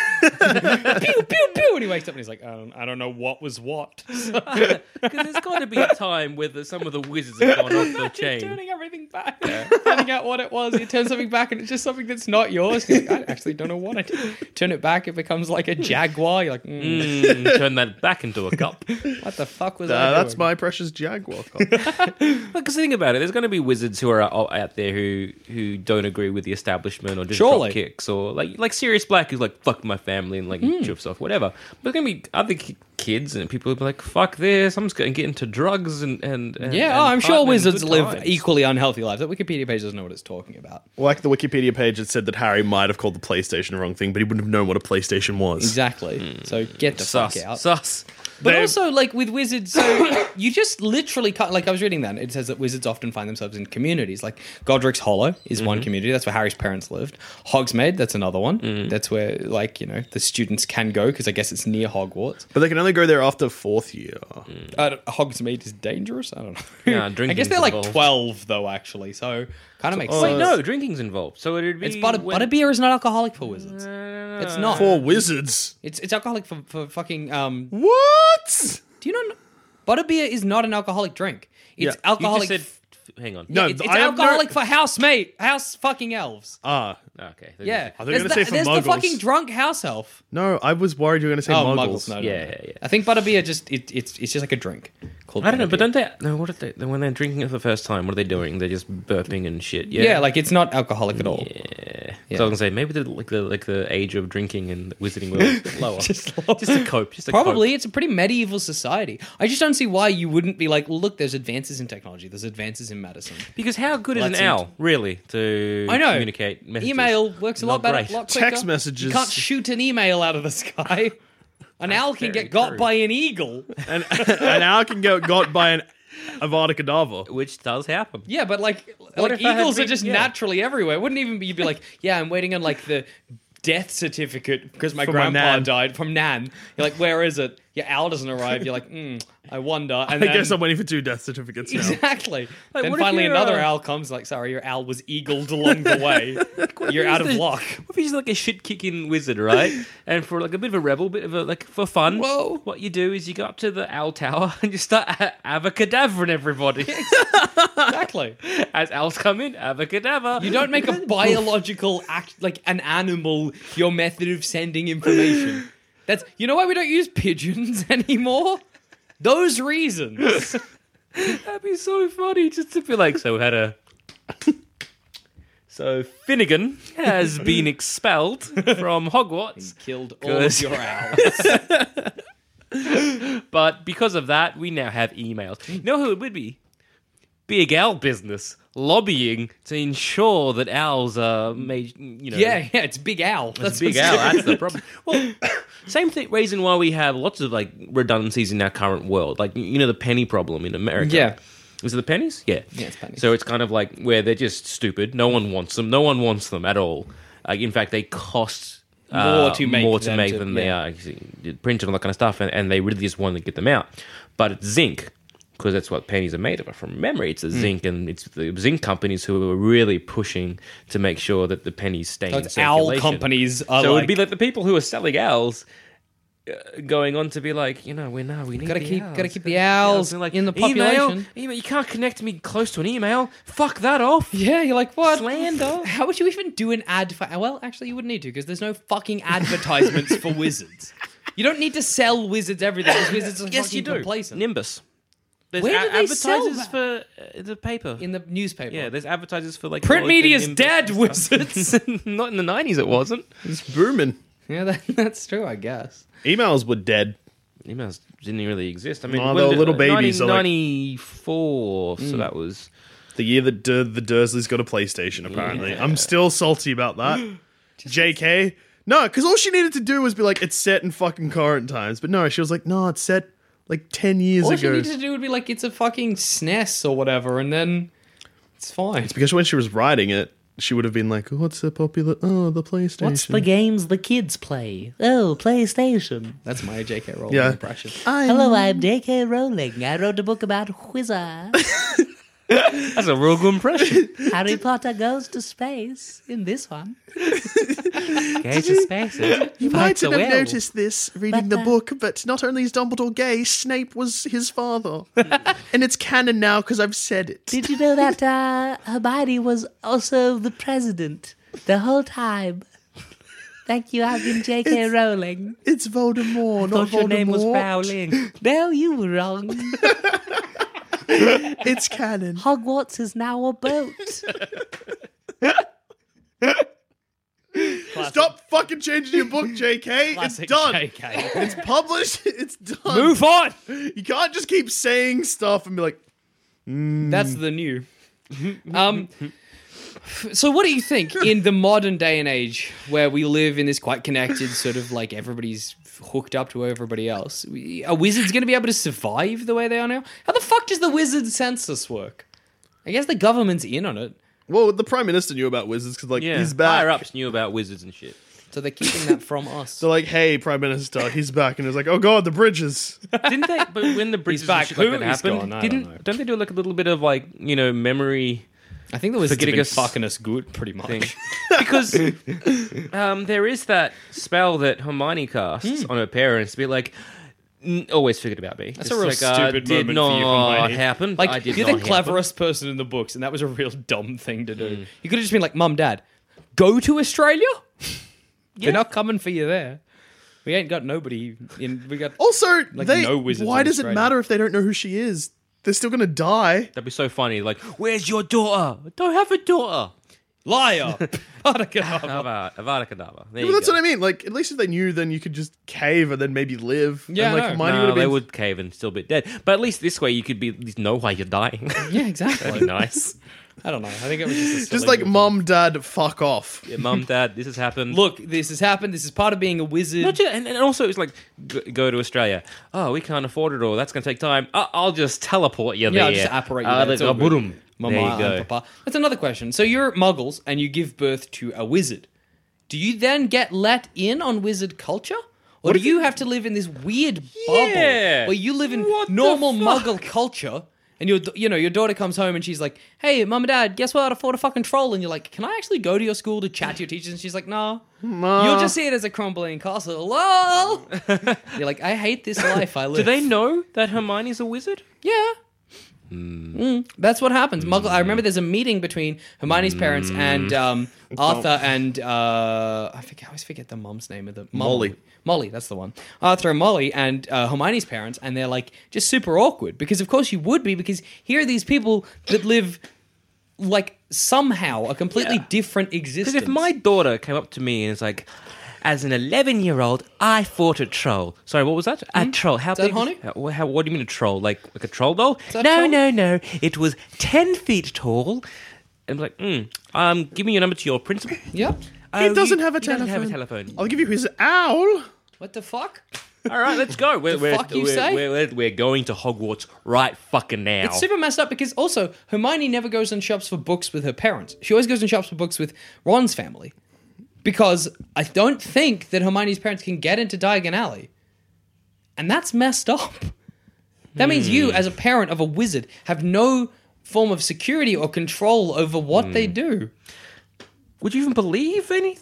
S2: pew pew. And he wakes up and he's like, I don't, I don't know what was what. [LAUGHS]
S3: because there's got to be a time where the, some of the wizards have gone off the
S2: Just [LAUGHS]
S3: chain.
S2: turning everything back, finding out what it was. You turn something back, and it's just something that's not yours. You're like, I actually don't know what it. Is. Turn it back, it becomes like
S3: Hmm.
S2: a jaguar. You're like, mm,
S3: Mm, turn that back into a
S2: [LAUGHS]
S3: cup.
S2: what the fuck was
S4: Uh,
S2: that?
S4: that's my precious Jaguar. Cup.
S3: Because think about it, there's going to be wizards who are out out there who who don't agree with the establishment or just
S2: Surely.
S3: drop kicks or like like Sirius Black is like fuck my family and like
S2: Hmm.
S3: he trips off whatever. But there's going to be other ki- kids and people who be like fuck this. I'm just going to get into drugs and and, and
S2: Yeah,
S3: and
S2: oh, I'm sure
S3: partying and
S2: wizards
S3: good
S2: live
S3: times. Hmm.
S2: equally unhealthy lives. That Wikipedia page doesn't know what it's talking about.
S4: like the Wikipedia page, it said that Harry might have called the PlayStation the wrong thing, but he wouldn't have known what a PlayStation was.
S2: Exactly. So get the
S3: Sus,
S2: fuck out.
S3: sus.
S2: But
S4: They've-
S2: also, like with wizards, so [COUGHS] you just literally can't. Like I was reading that, and it says that wizards often find themselves in communities. Like Godric's Hollow is
S3: Mm-hmm.
S2: one community. That's where Harry's parents lived. Hogsmeade, that's another one.
S3: Mm-hmm.
S2: That's where, like you know, the students can go because I guess it's near Hogwarts.
S4: But they can only go there after fourth year.
S2: Uh, Hogsmeade is dangerous. I don't know.
S3: Nah,
S2: [LAUGHS] I guess
S3: drinking's
S2: they're like
S3: involved. oh,
S2: twelve though, actually. So kind of makes
S3: Wait,
S2: sense.
S3: no, drinking's involved. So it'd be
S2: it's butter.
S3: when-
S2: Butterbeer is not alcoholic for wizards. It's not.
S4: For wizards.
S2: It's it's alcoholic for, for fucking. Um,
S4: What?
S2: do you know? Butterbeer is not an alcoholic drink. It's
S4: Yeah. You
S3: You
S2: alcoholic.
S3: just said, hang on.
S4: No,
S2: it's, it's
S4: Um, I have no-
S2: alcoholic for housemate, house fucking elves.
S4: Ah,
S3: Okay.
S2: yeah,
S4: I thought you were
S2: there's,
S4: gonna
S2: the,
S4: say for
S2: there's the
S4: muggles.
S2: fucking drunk house elf.
S4: no, I was worried you were going to say
S2: Oh,
S4: muggles. [LAUGHS]
S2: muggles. No, no,
S3: Yeah,
S2: no.
S3: yeah, yeah.
S2: I think butterbeer just it, it's it's just like a drink called.
S3: I don't know, but
S2: butterbeer.
S3: don't they? No, what are they? When they're drinking it for the first time, what are they doing? They're just burping and shit. Yeah,
S2: yeah. like it's not alcoholic at all.
S3: So I was gonna say maybe the like the like the age of drinking and wizarding world is a bit
S2: [LAUGHS]
S3: lower.
S2: [LAUGHS] Just
S3: just,
S2: lower.
S3: to cope. Just to
S2: Probably
S3: cope.
S2: it's a pretty medieval society. I just don't see why you wouldn't be like, look, there's advances in technology, there's advances in medicine.
S3: because how good is an
S2: Let's int-
S3: owl really to
S2: I know.
S3: communicate messages?
S2: Email works a lot
S3: Not
S2: better.
S3: great.
S2: lot quicker.
S4: Text messages.
S2: You can't shoot an email out of the
S3: [LAUGHS]
S2: sky. An owl can
S3: very
S2: get got
S3: true.
S2: by an eagle.
S4: an, an owl can get got by an Avada Kedavra.
S3: which does happen.
S2: Yeah, but like,
S3: What
S2: like
S3: if I had
S2: eagles are
S3: been-
S2: just
S3: yeah.
S2: naturally everywhere. It wouldn't even be you'd be like, yeah, I'm waiting on like the death certificate because my
S4: From my
S2: grandpa
S4: nan.
S2: died from Nan. You're like, where is it? Your owl doesn't arrive. You're like, mm,
S3: [LAUGHS]
S2: I wonder. And
S4: I
S2: then,
S4: guess
S2: [LAUGHS]
S4: I'm waiting for two death certificates now.
S2: exactly. then
S3: what if
S2: finally
S3: you're,
S2: another
S3: uh,
S2: owl comes. Like, sorry, your owl was eagled along the
S3: [LAUGHS]
S2: way. You're out of
S3: He's the-
S2: luck.
S3: [LAUGHS] What if he's like a shit kicking wizard,
S2: [LAUGHS]
S3: right? and for like a bit of a rebel, bit of a like for fun.
S2: Whoa.
S3: What you do is you go up to the owl tower [LAUGHS] and you start a- avacadavering
S2: [LAUGHS]
S3: everybody
S2: Exactly.
S3: as owls come in. Avacadabra.
S2: You don't
S3: [LAUGHS]
S2: make a biological act like an animal your method of sending information. That's you know why we don't use pigeons [LAUGHS] anymore? Those reasons.
S3: That'd be so funny just to be like, so had a. So Finnegan [LAUGHS] has been expelled from Hogwarts,
S2: Killed all of
S3: Good.
S2: [LAUGHS] your owls.
S3: but because of that, we now have emails. You know who it would be? Big Owl business lobbying to ensure that owls are made. You know,
S2: yeah, yeah, it's Big Owl.
S3: That's
S2: That's
S3: big
S2: what's
S3: owl. That's
S2: different.
S3: the problem. [LAUGHS] Well, same thing, reason why we have lots of like redundancies in our current world. Like you know the penny problem in America.
S2: Yeah.
S3: Is it the pennies? Yeah.
S2: Yeah, it's pennies.
S3: So it's kind of like where they're just stupid. No one wants them. No one wants them at all. Like in fact, they cost uh,
S2: More to make
S3: more to
S2: than
S3: make
S2: to-
S3: than
S2: yeah.
S3: they are printed and all that kind of stuff, and, and they really just want to get them out. But it's zinc because that's what pennies are made of. From memory,
S2: Hmm.
S3: it's the zinc, and it's the zinc companies who are really pushing to make sure that the pennies stay.
S2: So
S3: in
S2: it's owl
S3: circulation
S2: companies are
S3: so it
S2: like,
S3: would be like the people who are selling owls uh, going on to be like, you know, we're now we need
S2: Gotta
S3: the
S2: keep-
S3: owls.
S2: gotta keep the owls
S3: And
S2: in the
S3: email,
S2: population.
S3: Email, you can't connect me close to an email. Fuck that off.
S2: yeah, you're like what?
S3: Slander.
S2: How would you even do an ad for? Well, actually, you wouldn't need to because there's no fucking advertisements for wizards. You don't need to sell wizards everything. 'cause Wizards are fucking complacent.
S3: Nimbus. There's
S2: Where do they sell
S3: advertisers
S2: that?
S3: for uh, the paper.
S2: in the newspaper.
S3: yeah, there's advertisers for like
S2: Print
S3: Rollick and
S2: media's
S3: Nimbus [LAUGHS]
S2: dead,
S3: and
S2: wizards.
S3: stuff. Not in the '90s, it wasn't.
S4: It's booming.
S2: yeah, that, [LAUGHS] that's true, I guess.
S4: Emails were dead.
S3: Emails didn't really exist. I mean,
S4: No,
S3: when
S4: they were
S3: did-
S4: little babies, so, like-
S3: 1994.
S2: Mm.
S3: So that was
S4: The year that D- the Dursleys got a PlayStation, apparently. I'm still salty about that.
S5: [GASPS]
S4: JK. No, because all she needed to do was be like, it's set in fucking current times. But no, she was like, no, it's set like 10 years
S2: All she
S4: ago.
S2: needed to do would be like, it's a fucking SNES or whatever, and then it's fine.
S4: because when she was writing it, she would have been like, what's the popular. Oh, the PlayStation.
S5: What's the games the kids play? Oh, PlayStation.
S2: That's my J.K. Rowling
S4: Yeah.
S2: impression.
S4: [LAUGHS]
S5: Hello, I'm J.K. Rowling. I wrote a book about Whizzer.
S3: That's a real good impression.
S5: Harry Potter goes to space in this one.
S3: Gaze to space.
S4: You might
S3: Fights a
S4: have
S3: whale.
S4: noticed this reading the book, but not only is Dumbledore gay, Snape was his
S5: [LAUGHS]
S4: father. and it's canon now because I've said it.
S5: Did you know that uh, Hermione was also the president the whole time? Thank you, I've been J.K. Rowling.
S4: It's Voldemort, not
S5: Thought your name was
S4: Voldemort.
S5: Rowling. No, you
S4: [LAUGHS]
S5: were wrong.
S4: It's canon.
S5: Hogwarts is now a boat.
S4: Stop fucking changing your book, JK.
S2: Classic
S4: it's done. [LAUGHS]
S2: JK.
S4: It's published. [LAUGHS] It's done.
S2: Move on.
S4: You can't just keep saying stuff and be like,
S2: That's the new. Um, f- so, what do
S4: [LAUGHS]
S2: you think in the modern day and age where we live in this quite connected sort of like everybody's hooked up to everybody else? we- Are wizards going to be able to survive the way they are now? How the fuck does the wizard census work? I guess the government's in on it,
S4: well, the Prime Minister knew about wizards because, like,
S3: Yeah.
S4: he's back.
S3: Higher ups knew about wizards and shit.
S2: so they're keeping
S4: [LAUGHS]
S2: that from us.
S4: So, like, hey, Prime Minister, he's back. And it was like, oh, God, the bridges.
S3: Didn't they? But when the bridges
S2: back.
S3: and shit like
S2: Who
S3: that
S2: is
S3: happened,
S2: gone? I don't
S3: didn't
S2: know.
S3: don't, they do like a little bit of like you know memory
S2: I think the wizards have
S3: Forgetting
S2: been
S3: us-
S2: fucking us good, pretty much. [LAUGHS]
S3: thing? because um, there is that spell that Hermione casts on her parents to be like. "N- Always forget about me. That's
S2: a real
S3: like, uh,
S2: stupid
S3: did
S2: moment for
S3: not
S2: you, Hermione."
S3: happen.
S2: Like
S3: I did
S2: you're the
S3: not happen." Hmm.
S2: cleverest person in the books, and that was a real [LAUGHS] dumb thing to do. You could have just been like, "Mum, Dad, go to
S3: [LAUGHS]
S2: Australia. They're not coming for you there. We ain't got nobody in.
S3: [LAUGHS]
S2: We got
S4: Also,
S2: Like,
S4: they,
S2: no wizards
S4: why
S2: in
S4: does it
S2: Australia.
S4: matter if they don't know who she is? They're still going to die.
S3: That'd be so funny. Like, where's your daughter? I don't have a daughter.
S2: [LAUGHS] liar. Fuck it
S3: [LAUGHS]
S2: up.
S3: Avada Avada Kedavra. There
S4: But
S3: you
S4: that's
S3: go.
S4: what I mean. Like, at least if they knew, then you could just cave and then maybe live.
S2: Yeah,
S4: and, like,
S2: no.
S4: Hermione
S3: no,
S4: would have
S3: they
S4: been.
S3: would cave and still be dead. But at least this way, you could be at least know why you're dying. [LAUGHS]
S2: yeah, exactly.
S3: nice.
S2: [LAUGHS] I don't know. I think it was just a silly
S4: just like,
S2: move.
S4: mom, dad, fuck off.
S3: [LAUGHS] Yeah, Mum, Dad, this has happened.
S2: Look, this has happened. This is part of being a wizard.
S3: Not ju- and, and also it's like g- go to Australia. Oh, we can't afford it all. That's going to take time. I- I'll just teleport you
S2: Yeah,
S3: there.
S2: I'll just operate you.
S3: Ah,
S2: there. It's
S3: like,
S2: all
S3: ah,
S2: good.
S3: boom.
S2: Mama
S3: there you go.
S2: and Papa. That's another question. So you're muggles and you give birth to a wizard. Do you then get let in on wizard culture? Or do you have to live in this weird bubble
S3: Yeah.
S2: where you live in
S3: What the
S2: normal
S3: fuck?
S2: muggle culture and your you know your daughter comes home and she's like, "Hey, mum and dad, guess what? I fought a fucking troll." And you're like, "Can I actually go to your school to chat to your teachers?" And she's like, "No. You'll just see it as a crumbling
S3: [LAUGHS]
S2: castle." Lol. you're like, "I hate this life I live."
S3: Do they know that Hermione's a wizard?
S2: Yeah.
S3: Hmm.
S2: Mm, That's what happens. Muggle. I remember there's a meeting between Hermione's parents
S3: Hmm. [LAUGHS]
S2: and um, Arthur and uh, I forget. I always forget the mom's name of the Molly. Molly, that's the one. Arthur and Molly and uh, Hermione's parents, and they're like just super awkward because, of course, you would be because here are these people that live like somehow a completely different
S3: Because
S2: existence.
S3: if my daughter came up to me and is like, as an 11 year old, I fought a troll. Sorry, what was that? A troll. How
S2: Hmm? that
S3: big?
S2: honey?
S3: How, how, what do you mean a troll? Like like a troll doll? No,
S2: that troll?
S3: no, no. It was 10 feet tall. And I'm like, mm, um, give me your number to your principal.
S2: yeah.
S3: Oh, you-
S4: doesn't have a
S3: you don't have a
S4: telephone.
S3: telephone.
S4: I'll give you his owl.
S2: What the fuck?
S3: All right, let's go. We're,
S2: The
S3: we're,
S2: fuck you
S3: we're,
S2: say?
S3: We're, we're, we're going to Hogwarts right fucking now.
S2: It's super messed up because also Hermione never goes and shops for books with her parents. She always goes and shops for books with Ron's family. Because I don't think that Hermione's parents can get into Diagon Alley. And that's messed up. That means
S3: Hmm.
S2: you, as a parent of a wizard, have no form of security or control over what they
S3: Hmm.
S2: do.
S3: Would you even believe any?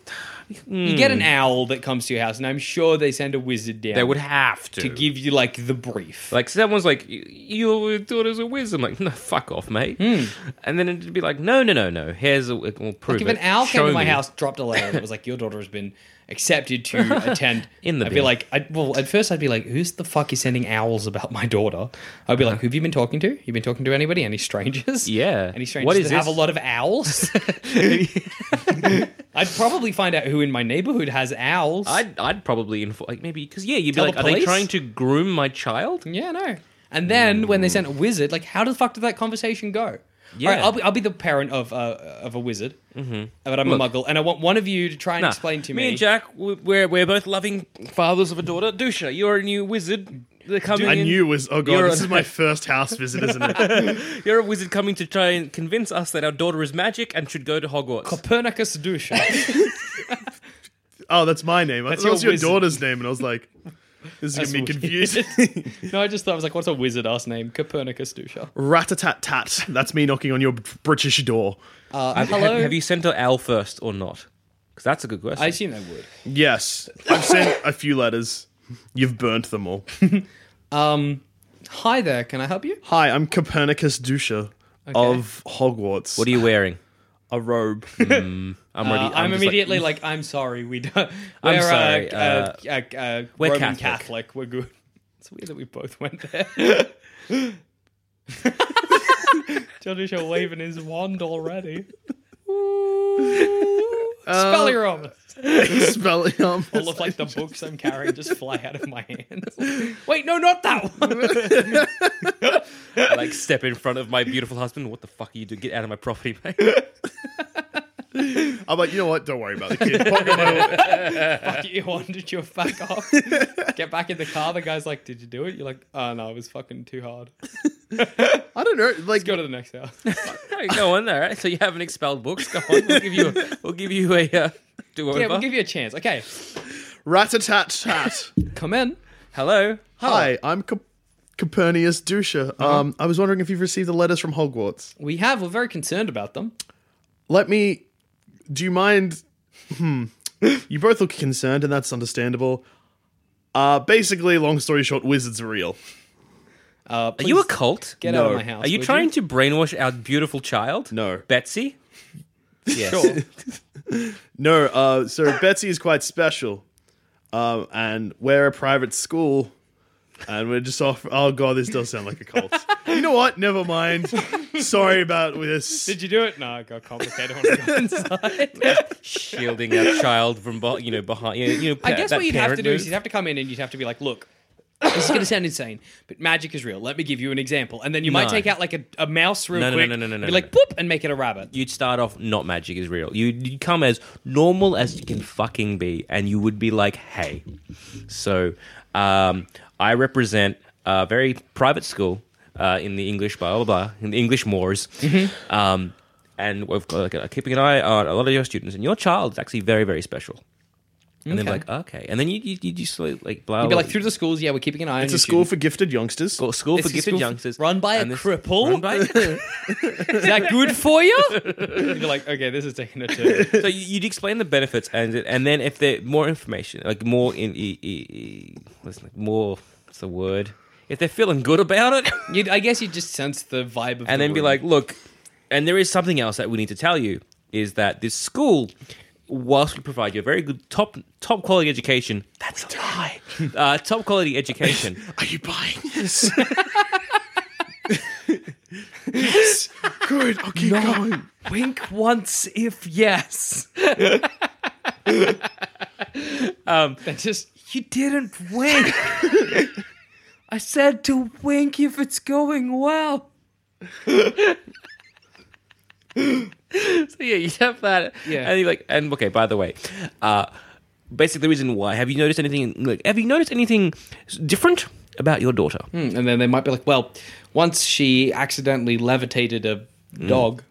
S2: You get an owl that comes to your house, and I'm sure they send a wizard down
S3: Hmm. They would have to.
S2: to give you like the brief.
S3: like someone's like, "Y- your daughter's a whiz. I'm like, no, fuck off, mate. And then it'd be like, no, no, no, no. Here's a we'll prove
S2: Hmm. Like if
S3: it.
S2: an owl
S3: Show
S2: came to my
S3: me."
S2: house, dropped a letter that was like, "Your daughter has been accepted
S3: [LAUGHS]
S2: to attend,"
S3: In the
S2: I'd be
S3: bin.
S2: like, I'd, "Well, at first I'd be like, who's the fuck is sending owls about my daughter?" I'd be like, "Who've you been talking to? You been talking to anybody? Any strangers?
S3: Uh-huh. Yeah.
S2: any strangers
S3: What is
S2: that have a
S3: this?
S2: lot
S3: [LAUGHS]
S2: of owls?" I'd probably find out who in my neighborhood has owls.
S3: I'd, I'd probably inform, like maybe because yeah, you'd
S2: Tell
S3: be
S2: the
S3: like, are they
S2: police? Mm,
S3: trying to groom my child?
S2: Yeah, no. And then when they sent a wizard, like, how the fuck did that conversation go?
S3: Yeah.
S2: All right, I'll be, I'll be the parent of uh, of a wizard, mm-hmm. but I'm a muggle, and I want one of you to try and
S3: Nah.
S2: explain to
S3: me
S2: me.
S3: and Jack, we- we're we're both loving fathers of a daughter. Dusha, you're a new wizard. They're coming.
S4: I
S3: in-
S4: knew was, oh, God,
S3: You're
S4: this
S3: a-
S4: is my first house visit, isn't it?
S2: [LAUGHS]
S3: You're a wizard coming to try and convince us that our daughter is magic and should go to Hogwarts.
S2: Copernicus douche.
S3: [LAUGHS]
S4: Oh, that's my name. That's
S2: your
S4: your, your
S2: wizard.
S4: daughter's name. And I was like, This is going to be
S2: That's
S4: confusing.
S2: [LAUGHS] No, I just thought I was like, what's a wizard ass name? Copernicus Dusha.
S4: Rat a tat tat. That's me knocking on your British door.
S2: Uh,
S3: Have, have-
S2: hello.
S3: Have, you sent her Al first or not? Because that's a good question.
S2: I assume they would.
S4: Yes. I've sent a few letters. You've burnt them all.
S2: Um, hi there. Can I help you?
S4: Hi, I'm Copernicus Dusha of Hogwarts.
S3: what are you wearing? Hmm.
S4: a
S3: [LAUGHS]
S4: robe.
S3: I'm
S2: Uh,
S3: already.
S2: I'm,
S3: just [LAUGHS]
S2: immediately like, I'm sorry. We don't. We're, uh,
S3: sorry,
S2: Uh,
S3: uh,
S2: uh, uh,
S3: we're
S2: Roman
S3: Catholic.
S2: Catholic. We're good. It's weird that we both went
S3: [LAUGHS]
S2: there. John Dusha waving his wand already. Spell
S3: Uh,
S2: your own.
S4: [LAUGHS] Spelling um,
S2: All of like the books I'm carrying just fly out of my hands. Wait, no, not that one.
S3: like, like step in front of my beautiful husband. What the fuck are you doing? Get out of my property, [LAUGHS] mate.
S4: I'm like, you know what? Don't worry about the
S2: [LAUGHS]
S4: kid. Pocket my-
S2: Fuck [LAUGHS] you wanted your [LAUGHS] fuck off. Get back in the car. The guy's like, "Did you do it?" You're like, "Oh no, it was fucking too hard."
S4: I don't know. Like,
S2: Let's go to the next [LAUGHS] house.
S3: Hey, go on, all right. So you haven't expelled books. Go on. We'll give you. A, we'll give you a uh, do over.
S2: yeah, we'll give you a chance. Okay,
S4: rat a tat
S2: [LAUGHS]
S4: tat.
S2: come in.
S3: Hello.
S4: Hi, I'm Cop- Copernicus Dusha.
S2: Uh-huh.
S4: Um, I was wondering if you've received the letters from Hogwarts.
S2: We have. We're very concerned about them.
S4: Let me. Do you mind? Hmm. You both look concerned, and that's understandable. Uh, basically, long story short, wizards are real.
S2: Uh,
S3: Are
S2: please
S3: you a cult?
S2: get out of my house?
S3: Are you
S2: would
S3: trying to brainwash our beautiful child?
S4: No.
S3: Betsy? Yes.
S2: Sure.
S4: No, uh, so Betsy is quite special. Um, and we're a private school. And we're just off. Oh, God, this does sound like a cult. you know what? Never mind. Sorry about this.
S2: Did you do it? No, it got complicated when I got [LAUGHS] inside.
S3: Shielding our [LAUGHS] child from, beh- you know, behind. You know, you know,
S2: I guess
S3: that
S2: what you'd have
S3: parent
S2: to do is
S3: move.
S2: you'd have to come in and you'd have to be like, look, this is going to sound insane, but magic is real. Let me give you an example. And then you might
S3: No.
S2: take out like a, a mouse real
S3: No, no, no,
S2: quick.
S3: no, no, no,
S2: and
S3: no,
S2: Be
S3: no.
S2: like, boop, and make it a rabbit.
S3: you'd start off not magic is real. You'd, you'd come as normal as you can fucking be, and you would be like, hey. So um, I represent a very private school uh, in the English, blah, blah, blah, in the English moors. Um, and we've got, like, uh, keeping an eye on a lot of your students, and your child is actually very, very special. And they're like, okay. And then you, you, you just like, blah, blah.
S2: You'd be like, through the schools, yeah, we're keeping an eye
S4: It's
S2: on
S4: a school for gifted youngsters.
S3: School- school
S2: It's
S3: for
S2: a
S3: gifted
S2: school
S3: youngsters.
S2: run by a
S3: and this-
S2: cripple?
S3: run [LAUGHS] by-
S2: Is that good
S3: [LAUGHS]
S2: for you? You're like, okay, this is taking a turn.
S3: so you- you'd explain the benefits, and and then if there more information, like more in, e, e, e, what's the- more, what's the word? If they're feeling good about it, [LAUGHS]
S2: You'd, I guess you'd just sense the vibe of
S3: and
S2: the
S3: then be
S2: room.
S3: like, look, and there is something else that we need to tell you is that this school, whilst we provide you a very good top top quality education, that's a lie, [LAUGHS] uh, top quality education. [LAUGHS]
S4: Are you buying this? [LAUGHS] yes. Good. I'll keep going.
S2: wink once if yes. um, [LAUGHS] that's just you didn't
S3: [LAUGHS]
S2: wink. I said to wink if it's
S3: [LAUGHS]
S2: going well.
S3: So yeah, you have that.
S2: Yeah.
S3: And you like, and okay, by the way, uh, basically the reason why have you noticed anything? Like, have you noticed anything s- different about your daughter?
S2: [LAUGHS] And then they might be like, well, once she accidentally levitated a
S3: Mm.
S2: dog.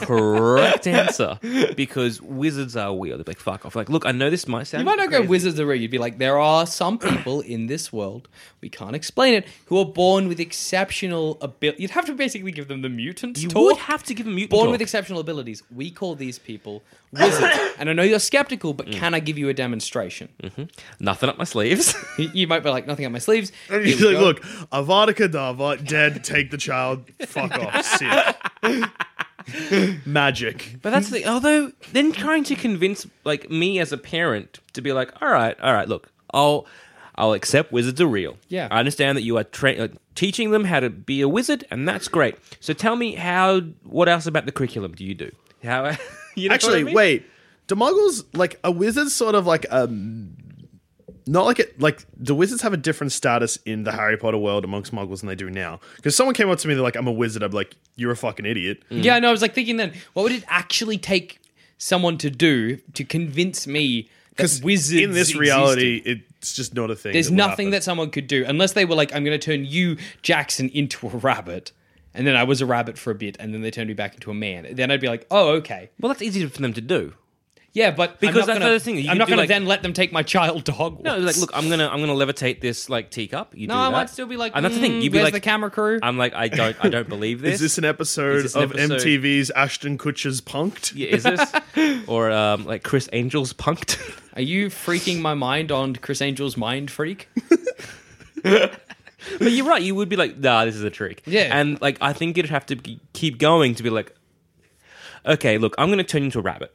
S3: Correct answer, [LAUGHS] because wizards are weird. They're like, fuck off. Like, look, I know this might sound.
S2: You might not go
S3: crazy.
S2: wizards are real. You'd be like, there are some people in this world we can't explain it who are born with exceptional ability. You'd have to basically give them the mutant
S3: You
S2: talk.
S3: would have to give them mutant.
S2: born
S3: talk.
S2: with exceptional abilities. We call these people wizards.
S3: [LAUGHS]
S2: and I know you're skeptical,
S3: Mm.
S2: but can I give you a demonstration?
S3: nothing up my sleeves. [LAUGHS]
S2: You- You might be like, nothing up my sleeves.
S4: He's
S2: Here we
S4: like,
S2: go.
S4: look, Avada Kedavra, dead, take the child, fuck off, sick. Magic.
S3: But that's the although then trying to convince like me as a parent to be like, all right, all right, look, I'll I'll accept wizards are real.
S2: Yeah.
S3: I understand that you are tra- uh, teaching them how to be a wizard, and that's great. So tell me how what else about the curriculum do you do? How [LAUGHS] you know what I
S4: Actually,
S3: mean?
S4: wait. Do muggles, like, a wizard's sort of like um, Not like it, like, do wizards have a different status in the Harry Potter world amongst muggles than they do now? Because someone came up to me, they're like, I'm a wizard. I'm like, you're a fucking idiot.
S3: Mm. Hmm.
S2: Yeah, no, I was like thinking then, what would it actually take someone to do to convince me that
S4: Because
S2: wizards
S4: in this
S2: existed?
S4: reality, it's just not a thing.
S2: There's
S4: that would
S2: nothing
S4: happen.
S2: that someone could do unless they were like, I'm going to turn you, Jackson, into a rabbit. And then I was a rabbit for a bit, and then they turned me back into a man. Then I'd be like, oh, okay.
S3: Well, that's easy for them to do.
S2: Yeah, but
S3: Because
S2: I'm
S3: that's
S2: not gonna,
S3: the thing, you
S2: I'm
S3: could
S2: not
S3: do,
S2: going
S3: like-
S2: to then let them take my child to Hogwarts.
S3: No, like, look, I'm gonna I'm gonna levitate this like teacup. You
S2: no,
S3: do
S2: I
S3: that.
S2: might still be like,
S3: and that's the thing.
S2: mm,
S3: You'd be
S2: where's
S3: like
S2: the camera crew.
S3: I'm like, I don't I don't believe this.
S4: Is this an
S3: [LAUGHS]
S4: episode
S3: Is this an
S4: of
S3: episode?
S4: MTV's Ashton Kutcher's Punked?
S3: Yeah, is [LAUGHS] this or um, like Chris Angel's punked? [LAUGHS]
S2: Are you freaking my mind on Chris Angel's mind freak?
S3: but you're right. You would be like, nah, this is a trick.
S2: Yeah.
S3: and like I think you'd have to g- keep going to be like, okay, look, I'm gonna turn you into a rabbit.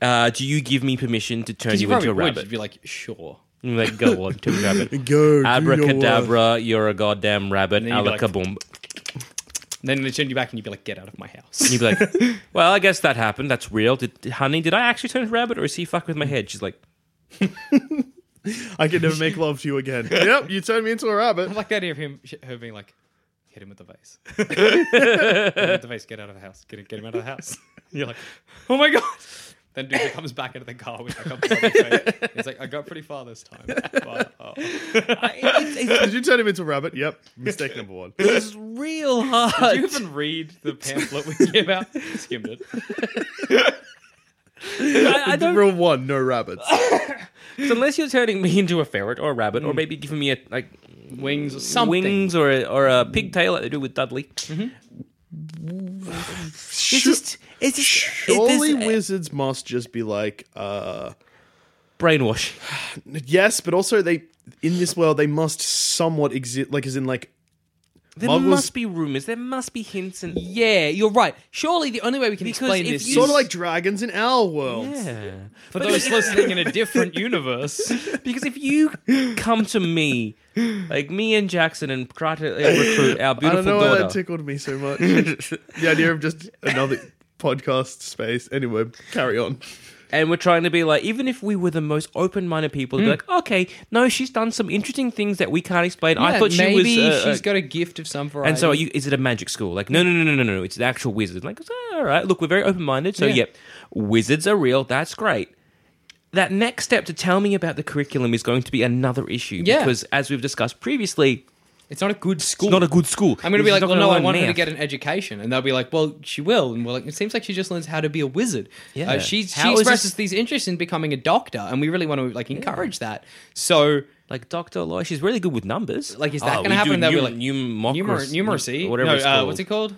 S3: Uh, do you give me permission to turn
S2: Because
S3: you,
S2: Hmm. you probably
S3: into a
S2: would.
S3: rabbit?
S2: You'd be like, sure.
S3: And you're like, go on, turn me into a rabbit.
S4: [LAUGHS] Go, do your
S3: Abracadabra, you're a goddamn rabbit.
S2: then you'd be like-
S3: Alakaboom.
S2: And then they turn you back and you'd be like, get out of my
S3: [LAUGHS]
S2: house.
S3: You'd be
S2: [LAUGHS]
S3: like, well, I guess that happened. That's real. Did, honey, did I actually turn into a rabbit or is he fucking with my head? She's like,
S4: I can never make love to you again. yep, you turned me into
S3: [LAUGHS]
S4: a rabbit.
S2: I like the idea of him, her being like, hit him with the face. hit him with the face, get out of the house. Get, him- get him out of the
S3: [LAUGHS]
S2: house. You're like, oh my God. Then dude comes back into the car with like a bloody face. He's like, I got pretty far this time. But, oh.
S4: Did you turn him into a rabbit? Yep, mistake
S3: [LAUGHS]
S4: number one.
S3: it's real hard.
S2: Did you even read the pamphlet we gave out? Skimmed it.
S3: I, I don't
S4: Rule one,
S3: [LAUGHS]
S4: no rabbits.
S3: [LAUGHS] So unless you're turning me into a ferret or a rabbit,
S2: Hmm.
S3: or maybe giving me a like
S2: Wings or something.
S3: wings or a, or a pigtail like they do with Dudley,
S2: Mm-hmm.
S3: it's just it's just
S4: Surely
S3: it, is
S4: wizards must just be like, uh,
S3: brainwash.
S4: yes, but also they in this world they must somewhat exist, like as in like
S3: There
S4: Muggles-
S3: must be rumors. There must be hints and
S2: Yeah, you're right. Surely the only way we can
S3: Because
S2: explain
S3: if
S2: this
S3: you-
S4: sort
S2: is
S4: of like dragons in our world.
S3: yeah.
S2: for those listening in a different universe.
S3: Because if you come to me, like me and Jackson, and try to uh, recruit our
S4: I
S3: beautiful
S4: don't know why that
S3: daughter,
S4: tickled me so
S3: [LAUGHS]
S4: much. the idea of just another podcast space. Anyway, carry
S3: [LAUGHS]
S4: on.
S3: and we're trying to be like, even if we were the most open-minded people, be like,
S2: Hmm.
S3: okay, no, she's done some interesting things that we can't explain. I
S2: Yeah,
S3: thought she was.
S2: maybe
S3: uh,
S2: she's
S3: uh,
S2: got a gift of some variety.
S3: And so, are you, is it a magic school? Like, no, no, no, no, no, no. It's an actual wizard. Like, all right, look, we're very open minded. So,
S2: Yeah.
S3: yep, wizards are real. That's great. That next step to tell me about the curriculum is going to be another issue.
S2: Yeah.
S3: Because, as we've discussed previously,
S2: it's not a good school.
S3: it's not a good school.
S2: I'm going to be
S3: She's
S2: like,
S3: not
S2: well,
S3: gonna
S2: no, I
S3: learn
S2: want her to
S3: math.
S2: get an education, and they'll be like, well, she will, and we're like, it seems like she just learns how to be a wizard.
S3: Yeah.
S2: Uh, she she
S3: How is
S2: expresses
S3: this-
S2: these interests in becoming a doctor, and we really want to like encourage that. So
S3: Like, Dr. Loy, she's really good with numbers. Oh,
S2: Like, is that gonna
S3: we
S2: happen?
S3: do
S2: They'll be
S3: numer-
S2: like, numer-
S3: numocracy-
S2: numeracy,
S3: Whatever
S2: no,
S3: it's
S2: uh,
S3: called.
S2: what's it called?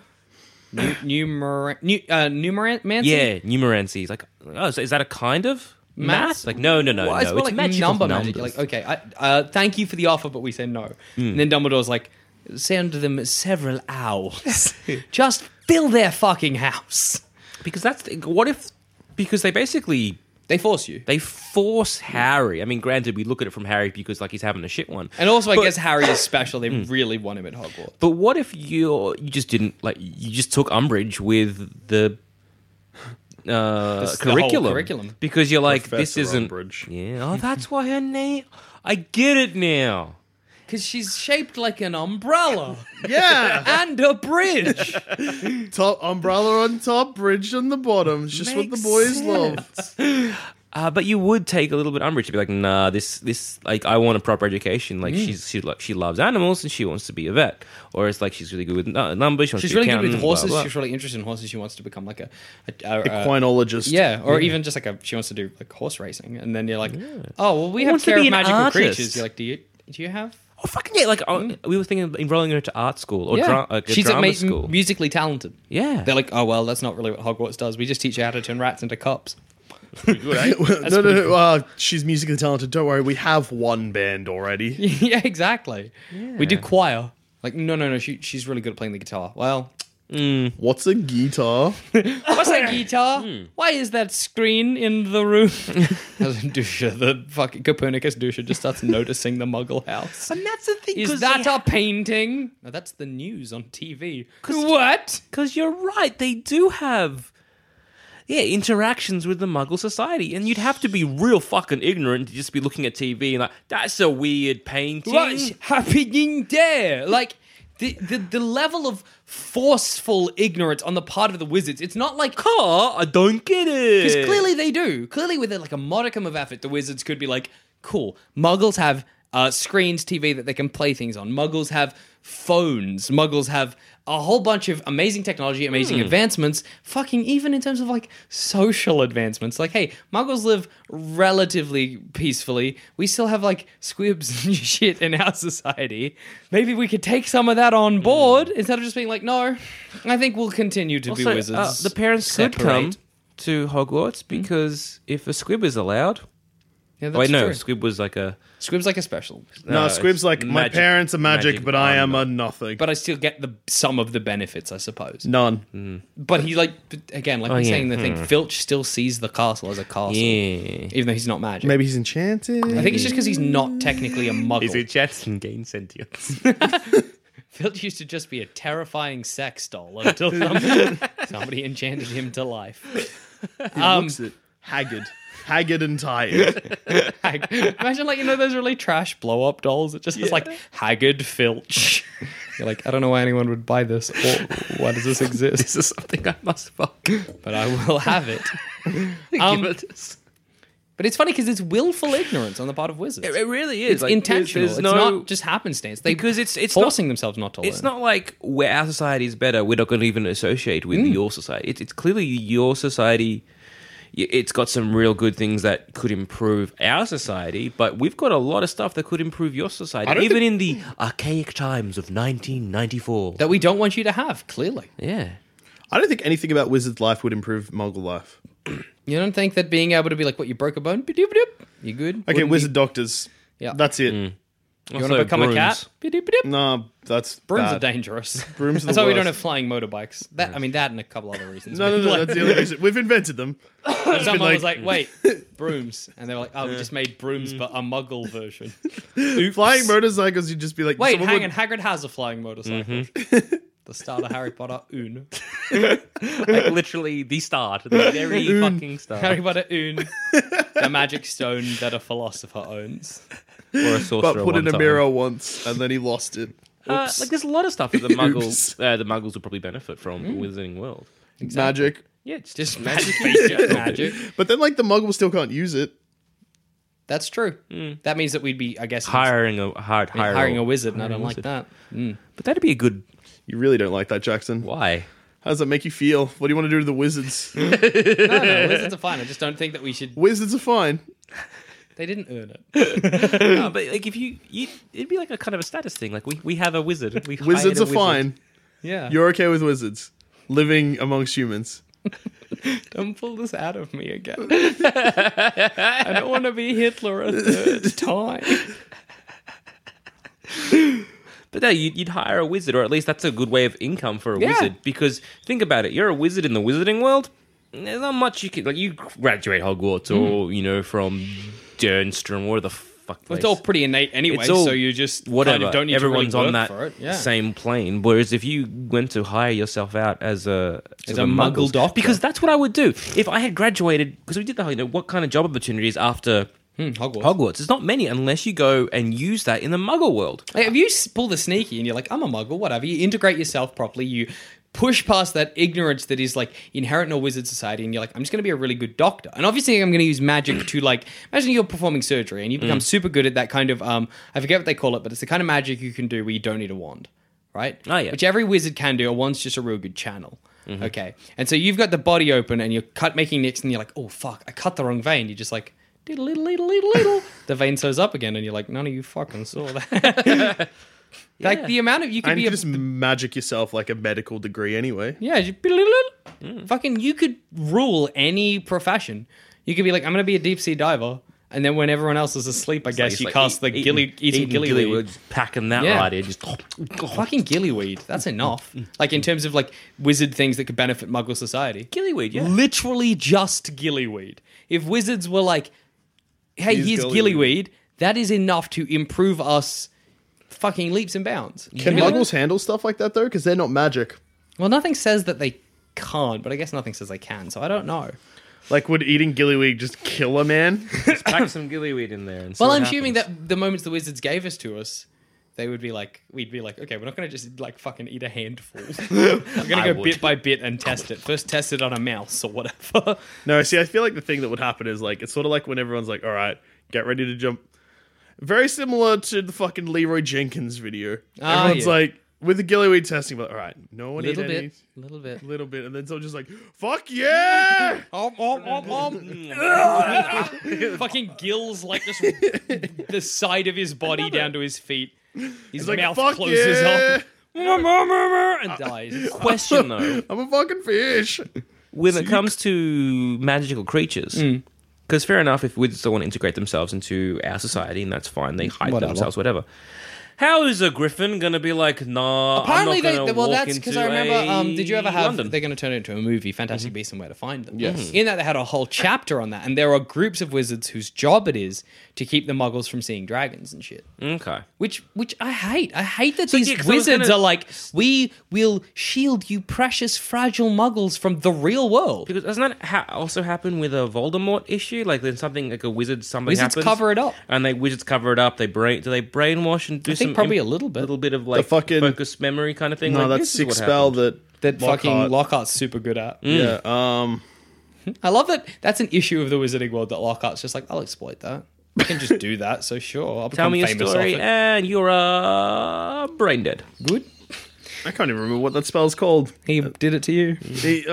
S2: New, numer- new, uh, numerancy?
S3: Yeah, numerancy. It's like, oh, so is that a kind of math?
S2: Math?
S3: Like, no, no, no,
S2: Well,
S3: no.
S2: it's more like
S3: magic of
S2: number magic. You're
S3: numbers.
S2: like, okay, I, uh, thank you for the offer, but we say no.
S3: Hmm.
S2: And then Dumbledore's like, send them several
S3: [LAUGHS]
S2: owls. Just fill their fucking house.
S3: Because that's, what if, because they basically
S2: They force you.
S3: They force Harry. I mean, granted, we look at it from Harry because like he's having a shit one.
S2: And also, I
S3: But- Hmm.
S2: guess Harry is special.
S3: [COUGHS]
S2: They really want him at Hogwarts.
S3: But what if you you just didn't like you just took umbrage with the uh,
S2: This- the whole
S3: curriculum?
S2: curriculum.
S3: because you're like this
S4: Professor
S3: isn't.
S4: Umbridge.
S3: Yeah, oh, that's why her name. I get it now.
S2: Because she's shaped like an umbrella
S4: Yeah,
S2: and
S3: [LAUGHS]
S2: a bridge.
S4: top umbrella on top, bridge on the bottom. It's just what
S3: Makes
S4: the boys love.
S3: Uh, but you would take a little bit umbrage to be like, nah, this this like I want a proper education. Like
S2: Mm.
S3: she's she like she loves animals and she wants to be a vet, or it's like she's really good with nu- numbers. She wants
S2: She's
S3: to be
S2: really good with
S3: accountant, blah,
S2: horses.
S3: blah.
S2: She's really interested in horses. She wants to become like a, a, a, a
S4: Equinologist.
S2: yeah, or even just like a she wants to do like horse racing. And then you're like, oh well, we have
S3: wants to
S2: care
S3: be
S2: of
S3: an
S2: magical
S3: artist.
S2: creatures. You're like, do you do you have?
S3: Oh fucking yeah! Like oh, we were thinking of enrolling her to art school or dra- like a
S2: Mm. she's
S3: drama
S2: ma-
S3: school.
S2: musically talented.
S3: yeah,
S2: They're like, oh well, that's not really what Hogwarts does. We just teach you how to turn rats into cups.
S4: [LAUGHS] no, no, no. Uh, she's musically talented. Don't worry, we have one band already.
S2: [LAUGHS] yeah, exactly. We do
S3: Yeah.
S2: choir. Like, no, no, no. She, she's really good at playing the guitar. Well,
S4: What's a guitar?
S3: [COUGHS]
S2: What's that guitar?
S3: Hmm.
S2: Why is that screen in
S3: [LAUGHS]
S2: the room? Dusha, the fucking Copernicus Dusha just starts noticing the Muggle
S3: [LAUGHS]
S2: house.
S3: and that's the thing.
S2: Is that a painting? No, that's the news on TV. What?
S3: because you're right? They do have yeah interactions with the Muggle society, and you'd have to be real fucking ignorant to just be looking at TV and like that's a weird painting.
S2: What's happening there? Like the, the the level of forceful ignorance on the part of the wizards. It's not like
S3: Car, I don't get it.
S2: Because clearly they do. Clearly, with like a modicum of effort, the wizards could be like, "Cool, muggles have uh, screens, TV that they can play things on. Muggles have phones. Muggles have a whole bunch of amazing technology, amazing
S3: Hmm.
S2: advancements, fucking even in terms of like social advancements. Like, hey, muggles live relatively peacefully. We still have like squibs [LAUGHS] and shit in our society. Maybe we could take some of that on
S3: Hmm.
S2: board instead of just being like, no, I think we'll continue to be
S3: Also,
S2: wizards.
S3: uh, the parents could come
S2: Separate.
S3: to Hogwarts because if a squib is allowed,
S2: Yeah, Mm. that's
S3: wait, no,
S2: true.
S3: squib was like a
S2: Squib's like a special,
S4: No,
S3: it's
S4: Squib's like, my
S3: magic-
S4: parents are magic,
S3: magic
S4: but I am
S3: armor."
S4: a nothing.
S2: but I still get the some of the benefits, I suppose.
S4: None.
S3: Mm.
S2: But he like but again, like I'm
S3: yeah.
S2: saying the thing, Filch still sees the castle as a castle,
S3: yeah.
S2: even though he's not magic.
S4: Maybe he's enchanted.
S2: I think it's just because he's not technically a muggle.
S3: Is it Jetson gain sentience?
S2: [LAUGHS]
S3: [LAUGHS]
S2: Filch used to just be a terrifying sex doll
S3: [LAUGHS]
S2: until somebody, somebody enchanted him to life. Um,
S4: he looks it. Haggard. [LAUGHS] Haggard and tired.
S2: Hag- Imagine like you know those really trash blow up dolls. It just is like haggard Filch. You're like, I don't know why anyone would buy this. Or why does this exist?
S3: this is something I must fuck.
S2: But I will have [LAUGHS] it. Um,
S3: Give it a s-
S2: But it's funny because it's willful ignorance on the part of wizards.
S3: it really is
S2: it's
S3: like,
S2: intentional.
S3: there's
S2: It's
S3: no-
S2: not just happenstance. They
S3: Because it's- it's not-
S2: forcing themselves not to learn.
S3: It's not like where our society is better. We're not going to even associate
S2: Hmm.
S3: with your society. It's, it's clearly your society. y- It's got some real good things that could improve our society, but we've got a lot of stuff that could improve your society, even in the archaic times of 1994.
S2: that we don't want you to have. Clearly,
S3: yeah.
S4: I don't think anything about wizard's life would improve muggle life.
S2: you don't think that being able to be like, "What you broke a bone? Ba-doop-ba-doop. You good?
S4: Okay,
S2: Wouldn't
S4: wizard doctors.
S2: Yeah.
S4: That's it.
S3: Mm.
S2: You want to become a cat? Ba-doop-ba-doop.
S4: No, that's
S2: Brooms
S4: bad.
S2: are dangerous.
S4: Brooms are
S2: That's
S4: the
S2: why we don't
S4: worst.
S2: have flying motorbikes. That I mean, that and a couple other reasons.
S4: No, no,
S2: Like,
S4: no. That's the only reason. We've invented them. like-
S2: Someone
S4: Mm.
S2: was like, "Wait,
S4: [LAUGHS]
S2: brooms," and they were like, "Oh, we just made brooms, but a
S4: [LAUGHS]
S2: muggle version."
S4: Flying motorcycles, you'd just be like,
S2: Wait,
S4: someone
S2: hang
S4: would- Mm-hmm.
S2: on. Hagrid has a flying motorcycle. [LAUGHS] the start of Harry Potter
S4: [LAUGHS]
S2: Un. [LAUGHS]
S3: Like literally the start, the very fucking start,
S2: Harry Potter
S4: [LAUGHS]
S2: Un. the magic stone that a philosopher owns.
S3: or a sorcerer.
S4: but put
S3: one
S4: in a
S3: time.
S4: mirror once, and then he lost it.
S3: Uh, like there's a lot of stuff that the
S2: [LAUGHS]
S3: muggles, uh, the muggles would probably benefit
S2: Hmm.
S3: from the Wizarding World.
S4: Magic.
S3: Yeah, it's just
S2: Just magic, basic [LAUGHS] magic.
S4: But then, like, the muggle still can't use it.
S2: That's true.
S4: Mm.
S2: That means that we'd be, I guess,
S3: hiring a hired
S2: hiring,
S3: hiring,
S2: a wizard, and I don't
S3: hiring a
S2: like
S3: wizard.
S2: that.
S3: But that'd be a good
S4: You really don't like that, Jackson.
S3: why.
S4: How does that make you feel? What do you want to do to the [LAUGHS] wizards?
S2: No, no,
S4: [LAUGHS]
S2: wizards are fine. I just don't think that we should.
S4: wizards are fine.
S2: They didn't earn
S4: [LAUGHS]
S2: it.
S3: No, but like if you, you, it'd be like a kind of a status thing. Like we, we have a wizard. We hired
S4: Wizards
S3: a
S4: are
S3: wizard.
S4: fine.
S2: Yeah,
S4: You're okay with wizards living amongst humans.
S2: don't pull this out of me
S3: [LAUGHS]
S2: again. I don't want to be Hitler
S3: [LAUGHS]
S2: a third time.
S3: But no, you'd, you'd hire a wizard, or at least that's a good way of income for a
S2: Yeah.
S3: wizard. Because think about it, you're a wizard in the Wizarding world. There's not much you can like. You graduate Hogwarts, or you know, from Dernstrom, or the fuck.
S2: Hmm. It's
S3: place.
S2: all pretty innate anyway,
S3: It's all
S2: so you just
S3: whatever.
S2: kind of don't need
S3: Everyone's
S2: to really
S3: on that
S2: work for it. Yeah.
S3: same plane. Whereas if you went to hire yourself out as a
S2: As
S3: sort
S2: a
S3: of
S2: muggle
S3: muggles-
S2: doctor.
S3: because that's what I would do if I had graduated. Because we did the whole, you know, what kind of job opportunities after
S2: Hmm, Hogwarts.
S3: Hogwarts? It's not many unless you go and use that in the Muggle world.
S2: Like, if you s- pull the sneaky and you're like, I'm a muggle, whatever, you integrate yourself properly, you push past that ignorance that is like inherent in a wizard society, and you're like, I'm just going to be a really good doctor. And obviously, I'm going to use magic to like, imagine you're performing surgery and you
S3: Mm.
S2: become super good at that kind of, um, I forget what they call it, but it's the kind of magic you can do where you don't need a wand, right?
S3: Oh, yeah. Mm-hmm.
S2: Which every wizard can do. A wand's just a real good channel. Okay. And so you've got the body open and you're cut making nicks and you're like, oh, fuck, I cut the wrong vein. You're just like, diddle, diddle, diddle, diddle,
S3: [LAUGHS]
S2: diddle. the vein sews up again and you're like, none of you fucking saw that. Like the amount of you could
S4: And
S2: be
S4: you
S2: a
S4: just magic yourself like a medical degree anyway.
S2: yeah, you, fucking you could rule any profession. You could be like, I'm gonna be a deep sea diver, and then when everyone else is asleep, I guess you cast the gilly eating, gillyweed.
S3: packing that
S2: Yeah.
S3: right in. Just [SNIFFS]
S2: [LAUGHS] Fucking gillyweed. That's enough. like in terms of like wizard things that could benefit Muggle society.
S3: gillyweed. Yeah,
S2: Literally just gillyweed. If wizards were like, hey,
S4: Here's
S2: here's
S4: gillyweed.
S2: gillyweed, that is enough to improve us fucking leaps and bounds.
S4: Can
S2: Really?
S4: muggles handle stuff like that though? Because they're not magic.
S2: Well, nothing says that they can't, but I guess nothing says they can, so I don't know.
S4: Like, would eating gillyweed just kill a man?
S3: just pack some gillyweed in there. And see
S2: Well,
S3: what
S2: I'm assuming
S3: happens.
S2: that the moments the wizards gave us to us, they would be like, we'd be like, okay, we're not going to just like fucking eat
S3: [LAUGHS]
S2: a handful. we're going
S3: I
S2: to go
S3: would.
S2: bit by bit and test it. First, test it on a mouse
S3: [LAUGHS]
S2: or whatever.
S4: no, see, I feel like the thing that would happen is like, it's sort of like when everyone's like, all right, get ready to jump. Very similar to the fucking Leroy Jenkins video.
S2: Ah,
S4: Everyone's
S2: yeah.
S4: like, with the Gillyweed testing, but all right, no one
S2: Little
S4: ate any-
S2: bit, little bit.
S4: little bit, and then someone's just like, "Fuck
S2: [LAUGHS]
S4: yeah!"
S2: Om, om, om, om.
S3: Mm.
S2: [LAUGHS] Fucking gills like
S3: [LAUGHS]
S2: just the side of his body down to his feet. His
S4: He's like,
S2: mouth
S4: "Fuck
S2: closes
S4: yeah!
S2: up and dies.
S3: Uh, Question
S2: [LAUGHS]
S3: though,
S4: I'm a fucking fish."
S3: when it comes to magical creatures,
S2: Hmm.
S3: because fair enough, if wizards don't want to integrate themselves into our society, and that's fine, they hide
S2: Whatever.
S3: themselves, whatever. How is a griffin gonna be like? Nah,
S2: Apparently,
S3: I'm not
S2: they,
S3: gonna
S2: they- well,
S3: walk
S2: that's because
S3: into
S2: I remember. Um, did you ever
S3: a
S2: have?
S3: London. Mm-hmm.
S2: They're going to turn it into a movie, Fantastic Beasts and Where to Find Them. Yes. In that, they had a whole chapter on that, and there are groups of wizards whose job it is to keep the Muggles from seeing dragons and shit.
S3: Okay.
S2: Which, which I hate. I hate that
S3: Mm. So,
S2: these
S3: yeah, 'cause I was
S2: wizards
S3: gonna-
S2: are like, we will shield you, precious, fragile Muggles, from the real world.
S3: Because doesn't that ha- also happen with a Voldemort issue? Like then something like a wizard, something
S2: Wizards
S3: happens,
S2: cover it up.
S3: and they wizards cover it up. They brain, do they brainwash and do
S2: I think
S3: some
S2: probably
S3: im-
S2: a little bit.
S3: little bit of like
S4: fucking-
S3: focus memory kind of thing.
S4: No,
S3: like,
S4: that's
S3: this is
S4: six
S3: what
S4: spell
S3: happened.
S4: that
S2: That fucking
S4: Lockhart-
S2: Lockhart's super good at.
S3: Mm.
S4: Yeah. Um.
S2: I love that. That's an issue of the wizarding world that Lockhart's just like, I'll exploit that. I
S3: [LAUGHS]
S2: can just do that. So sure, I'll
S3: Tell
S2: become
S3: me a
S2: famous
S3: story,
S2: off it.
S3: and you're uh, brain dead.
S2: Good.
S4: I can't even remember what that spell's [LAUGHS] called.
S2: He
S3: Uh,
S2: did it to you.
S4: The-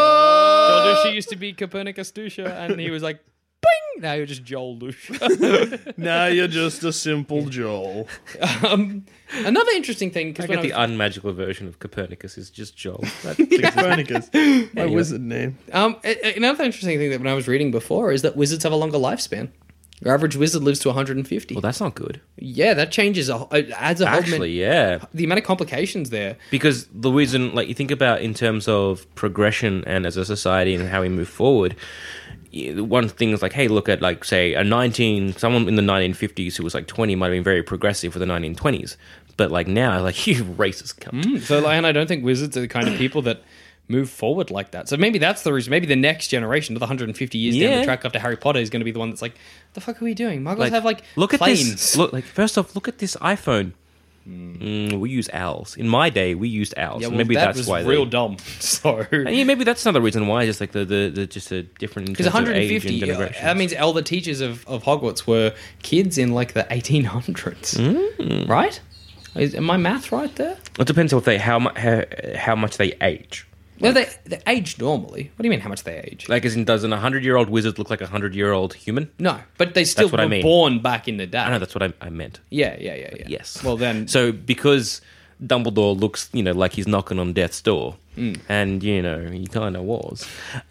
S4: oh!
S2: Joel Dusha used to be Copernicus Dusha, and [LAUGHS] he was like, bing! Now you're just Joel Dusha.
S4: now you're just a simple [LAUGHS] Joel.
S2: um, [LAUGHS] another interesting thing,
S3: I
S2: because
S3: get
S2: when
S3: the
S2: I
S3: unmagical version of Copernicus is just
S2: [LAUGHS]
S3: Joel. That-
S4: Copernicus. My wizard name.
S2: was, um, a- a- another interesting thing that when I was reading before is that wizards have a longer lifespan. Your average wizard lives to 150.
S3: well, that's not good.
S2: yeah, that changes, a, it adds a whole
S3: Actually, yeah,
S2: min- the amount of complications there.
S3: because the reason, like, you think about in terms of progression and as a society and how we move forward. y- One thing is like, hey, look at like say a nineteen, someone in the nineteen fifties who was like twenty might have been very progressive for the nineteen twenties, but like now, [LAUGHS] like you racist cunt.
S2: So, like, and I don't think wizards are the kind of people that move forward like that. So maybe that's the reason. Maybe the next generation, the 150 years down
S3: Yeah.
S2: the track after Harry Potter, is going to be the one that's like, the fuck are we doing? Muggles
S3: Like,
S2: have like
S3: look
S2: planes.
S3: at this. Look, like first off, look at this iPhone. Mm, we use owls. In my day, we used owls.
S2: Yeah,
S3: and
S2: well,
S3: maybe
S2: that
S3: that's
S2: was
S3: why
S2: real
S3: they,
S2: dumb. [LAUGHS] So
S3: And yeah, maybe that's another reason why. Just like the the, the just a different
S2: because
S3: because
S2: 150, uh,
S3: generation.
S2: that means all the teachers of, of Hogwarts were kids in like the 1800s,
S3: Mm.
S2: right? Is, am I math right there?
S3: it depends on if they how much how, how much they age.
S2: Well, they they age normally. What do you mean? How much they age?
S3: Like, as in, does an hundred year old wizard look like a hundred year old human?
S2: no, but they still
S3: what
S2: were
S3: I mean.
S2: born back in the day.
S3: I know that's what I, I meant.
S2: yeah, yeah, yeah, yeah.
S3: Yes.
S2: Well, then,
S3: so because Dumbledore looks, you know, like he's knocking on death's door,
S2: Mm.
S3: and you know he kind of was.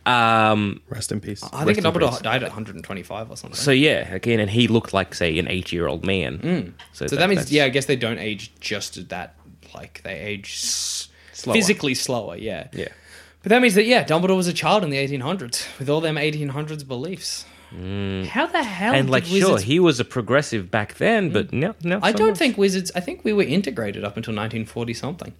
S3: Um,
S4: Rest in peace.
S2: I think Dumbledore died at 125 or something.
S3: So yeah, again, and he looked like say an eight-year-old man.
S2: Mm. So that means,
S3: that's-
S2: yeah, I guess they don't age just at that. Like they age s-
S3: Slower.
S2: physically slower. Yeah.
S3: yeah.
S2: But that means that yeah, Dumbledore was a child in the 1800s with all them 1800s beliefs.
S4: Mm.
S2: How the hell?
S3: And
S2: did
S3: like,
S2: wizards...
S3: sure, he was a progressive back then, but no, no.
S2: Mm. I
S3: so
S2: don't
S3: much.
S2: think wizards. I think we were integrated up until 1940 something.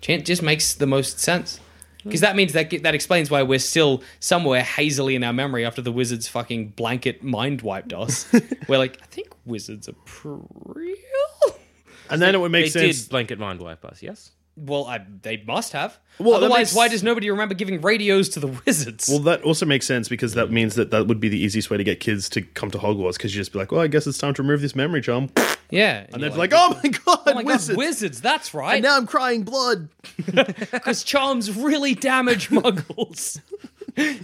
S2: Chan- just makes the most sense
S4: Hmm.
S2: because that means that ge- that explains why we're still somewhere hazily in our memory after the wizards fucking blanket mind
S4: [LAUGHS]
S2: wiped us. we're like, I think wizards are pre real.
S4: And then it would
S3: they
S4: make sense.
S3: did blanket mind wipe us. Yes,
S2: Well, I, they must have.
S4: Well, that
S2: Otherwise,
S4: makes-
S2: why does nobody remember giving radios to the wizards?
S4: Well, that also makes sense because that means that that would be the easiest way to get kids to come to Hogwarts because you just be like, well, I guess it's time to remove this memory charm. And
S2: yeah, and
S4: they'd
S2: you're
S4: be like, oh my god,
S2: my
S4: wizards.
S2: god, wizards! That's
S4: and
S2: right,
S4: now I'm crying blood.
S2: because charms really
S4: [LAUGHS]
S2: damage muggles.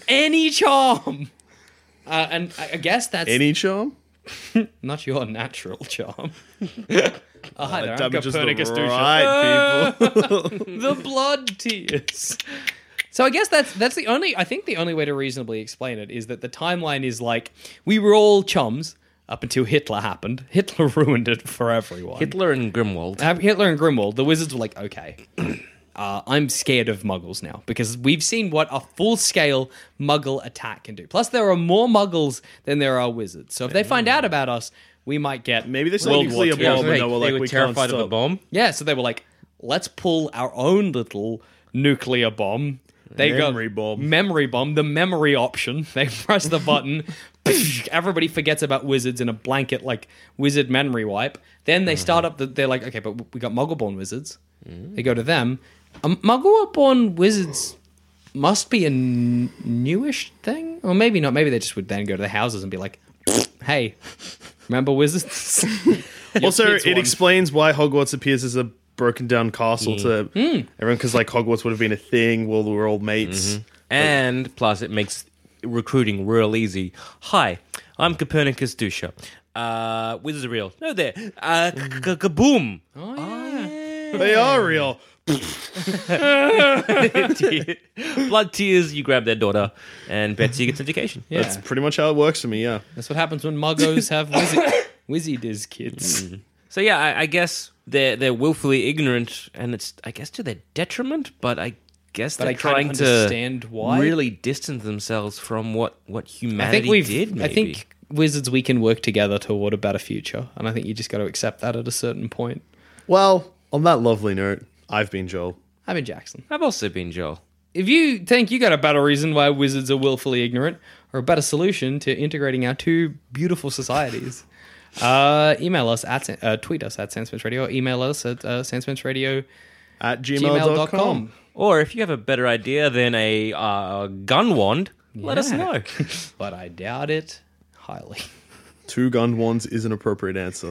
S2: Any charm, uh, and I, I guess that's
S4: Any charm?
S2: not your natural
S4: [LAUGHS]
S2: charm. oh, hi there, I'm
S4: Damages the
S2: Copernicus Dusha.
S4: right people.
S2: the blood tears. So I guess that's that's the only I think the only way to reasonably explain it is that the timeline is like we were all chums up until Hitler happened. Hitler [LAUGHS] ruined it for everyone. Hitler,
S3: Hitler and Grimwald.
S2: Hitler and Grimwald, the wizards were like, okay, [CLEARS THROAT] uh, I'm scared of muggles now because we've seen what a full scale muggle attack can do. Plus, there are more muggles than there are wizards. So if they find out about us, we might get
S4: Maybe they saw
S2: World
S4: a
S2: War
S4: nuclear
S2: II.
S4: bomb and
S3: they,
S4: they were like,
S3: were
S4: we can't
S3: terrified of the
S4: stop.
S3: bomb.
S2: Yeah, so they were like, let's pull our own little nuclear bomb. They
S4: Memory
S2: go,
S4: bomb.
S2: Memory bomb, the memory option. [LAUGHS] They press
S4: [LAUGHS]
S2: the button. [LAUGHS] Everybody forgets about wizards in a blanket, like wizard memory wipe. Then they start up, the, they're like, okay, but we got muggle born wizards. They go to them. Um, muggle born wizards must be a n- newish thing? Or maybe not. Maybe they just would then go to the houses and be like, [LAUGHS] hey, Remember wizards? [LAUGHS]
S4: also,
S2: kids
S4: it
S2: won.
S4: explains why Hogwarts appears as a broken down castle to everyone because like Hogwarts would have been a thing. Well, we were all mates.
S3: And plus, it makes recruiting real easy. Hi, I'm Copernicus Dusha. Uh, wizards are real. No, there. Uh, k-
S2: Mm.
S3: k- kaboom.
S2: Oh,
S3: [LAUGHS]
S4: They are real.
S3: Tear- Blood tears. You grab their daughter, and Betsy gets education.
S2: yeah.
S4: That's pretty much how it works for me. Yeah.
S2: That's what happens when
S3: [COUGHS]
S2: muggos have wizard wizard is kids.
S3: So yeah, I, I guess they're they're willfully ignorant, and it's I guess to their detriment. But I guess
S2: But
S3: they're
S2: I kind of
S3: trying to
S2: understand why.
S3: really distance themselves from what what
S2: I
S3: humanity
S2: think we've.
S3: did. Maybe.
S2: I think wizards we can work together toward a better future, and I think you just got to accept that at a certain point.
S4: Well, on that lovely note, I've been Joel.
S2: I mean Jackson.
S3: I've also been Joel.
S2: If you think you got a better reason why wizards are willfully ignorant, or a better solution to integrating our two
S3: [LAUGHS]
S2: beautiful societies, uh, email us at San- uh, tweet us at Sanspence Radio, or email us at uh, Radio
S4: At gmail.com.
S2: gmail.com.
S3: Or if you have a better idea than a uh, gun wand, let us
S2: Yeah.
S3: know.
S2: But I doubt it highly.
S4: Two gun wands is an appropriate answer.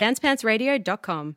S6: DancePantsRadio.com.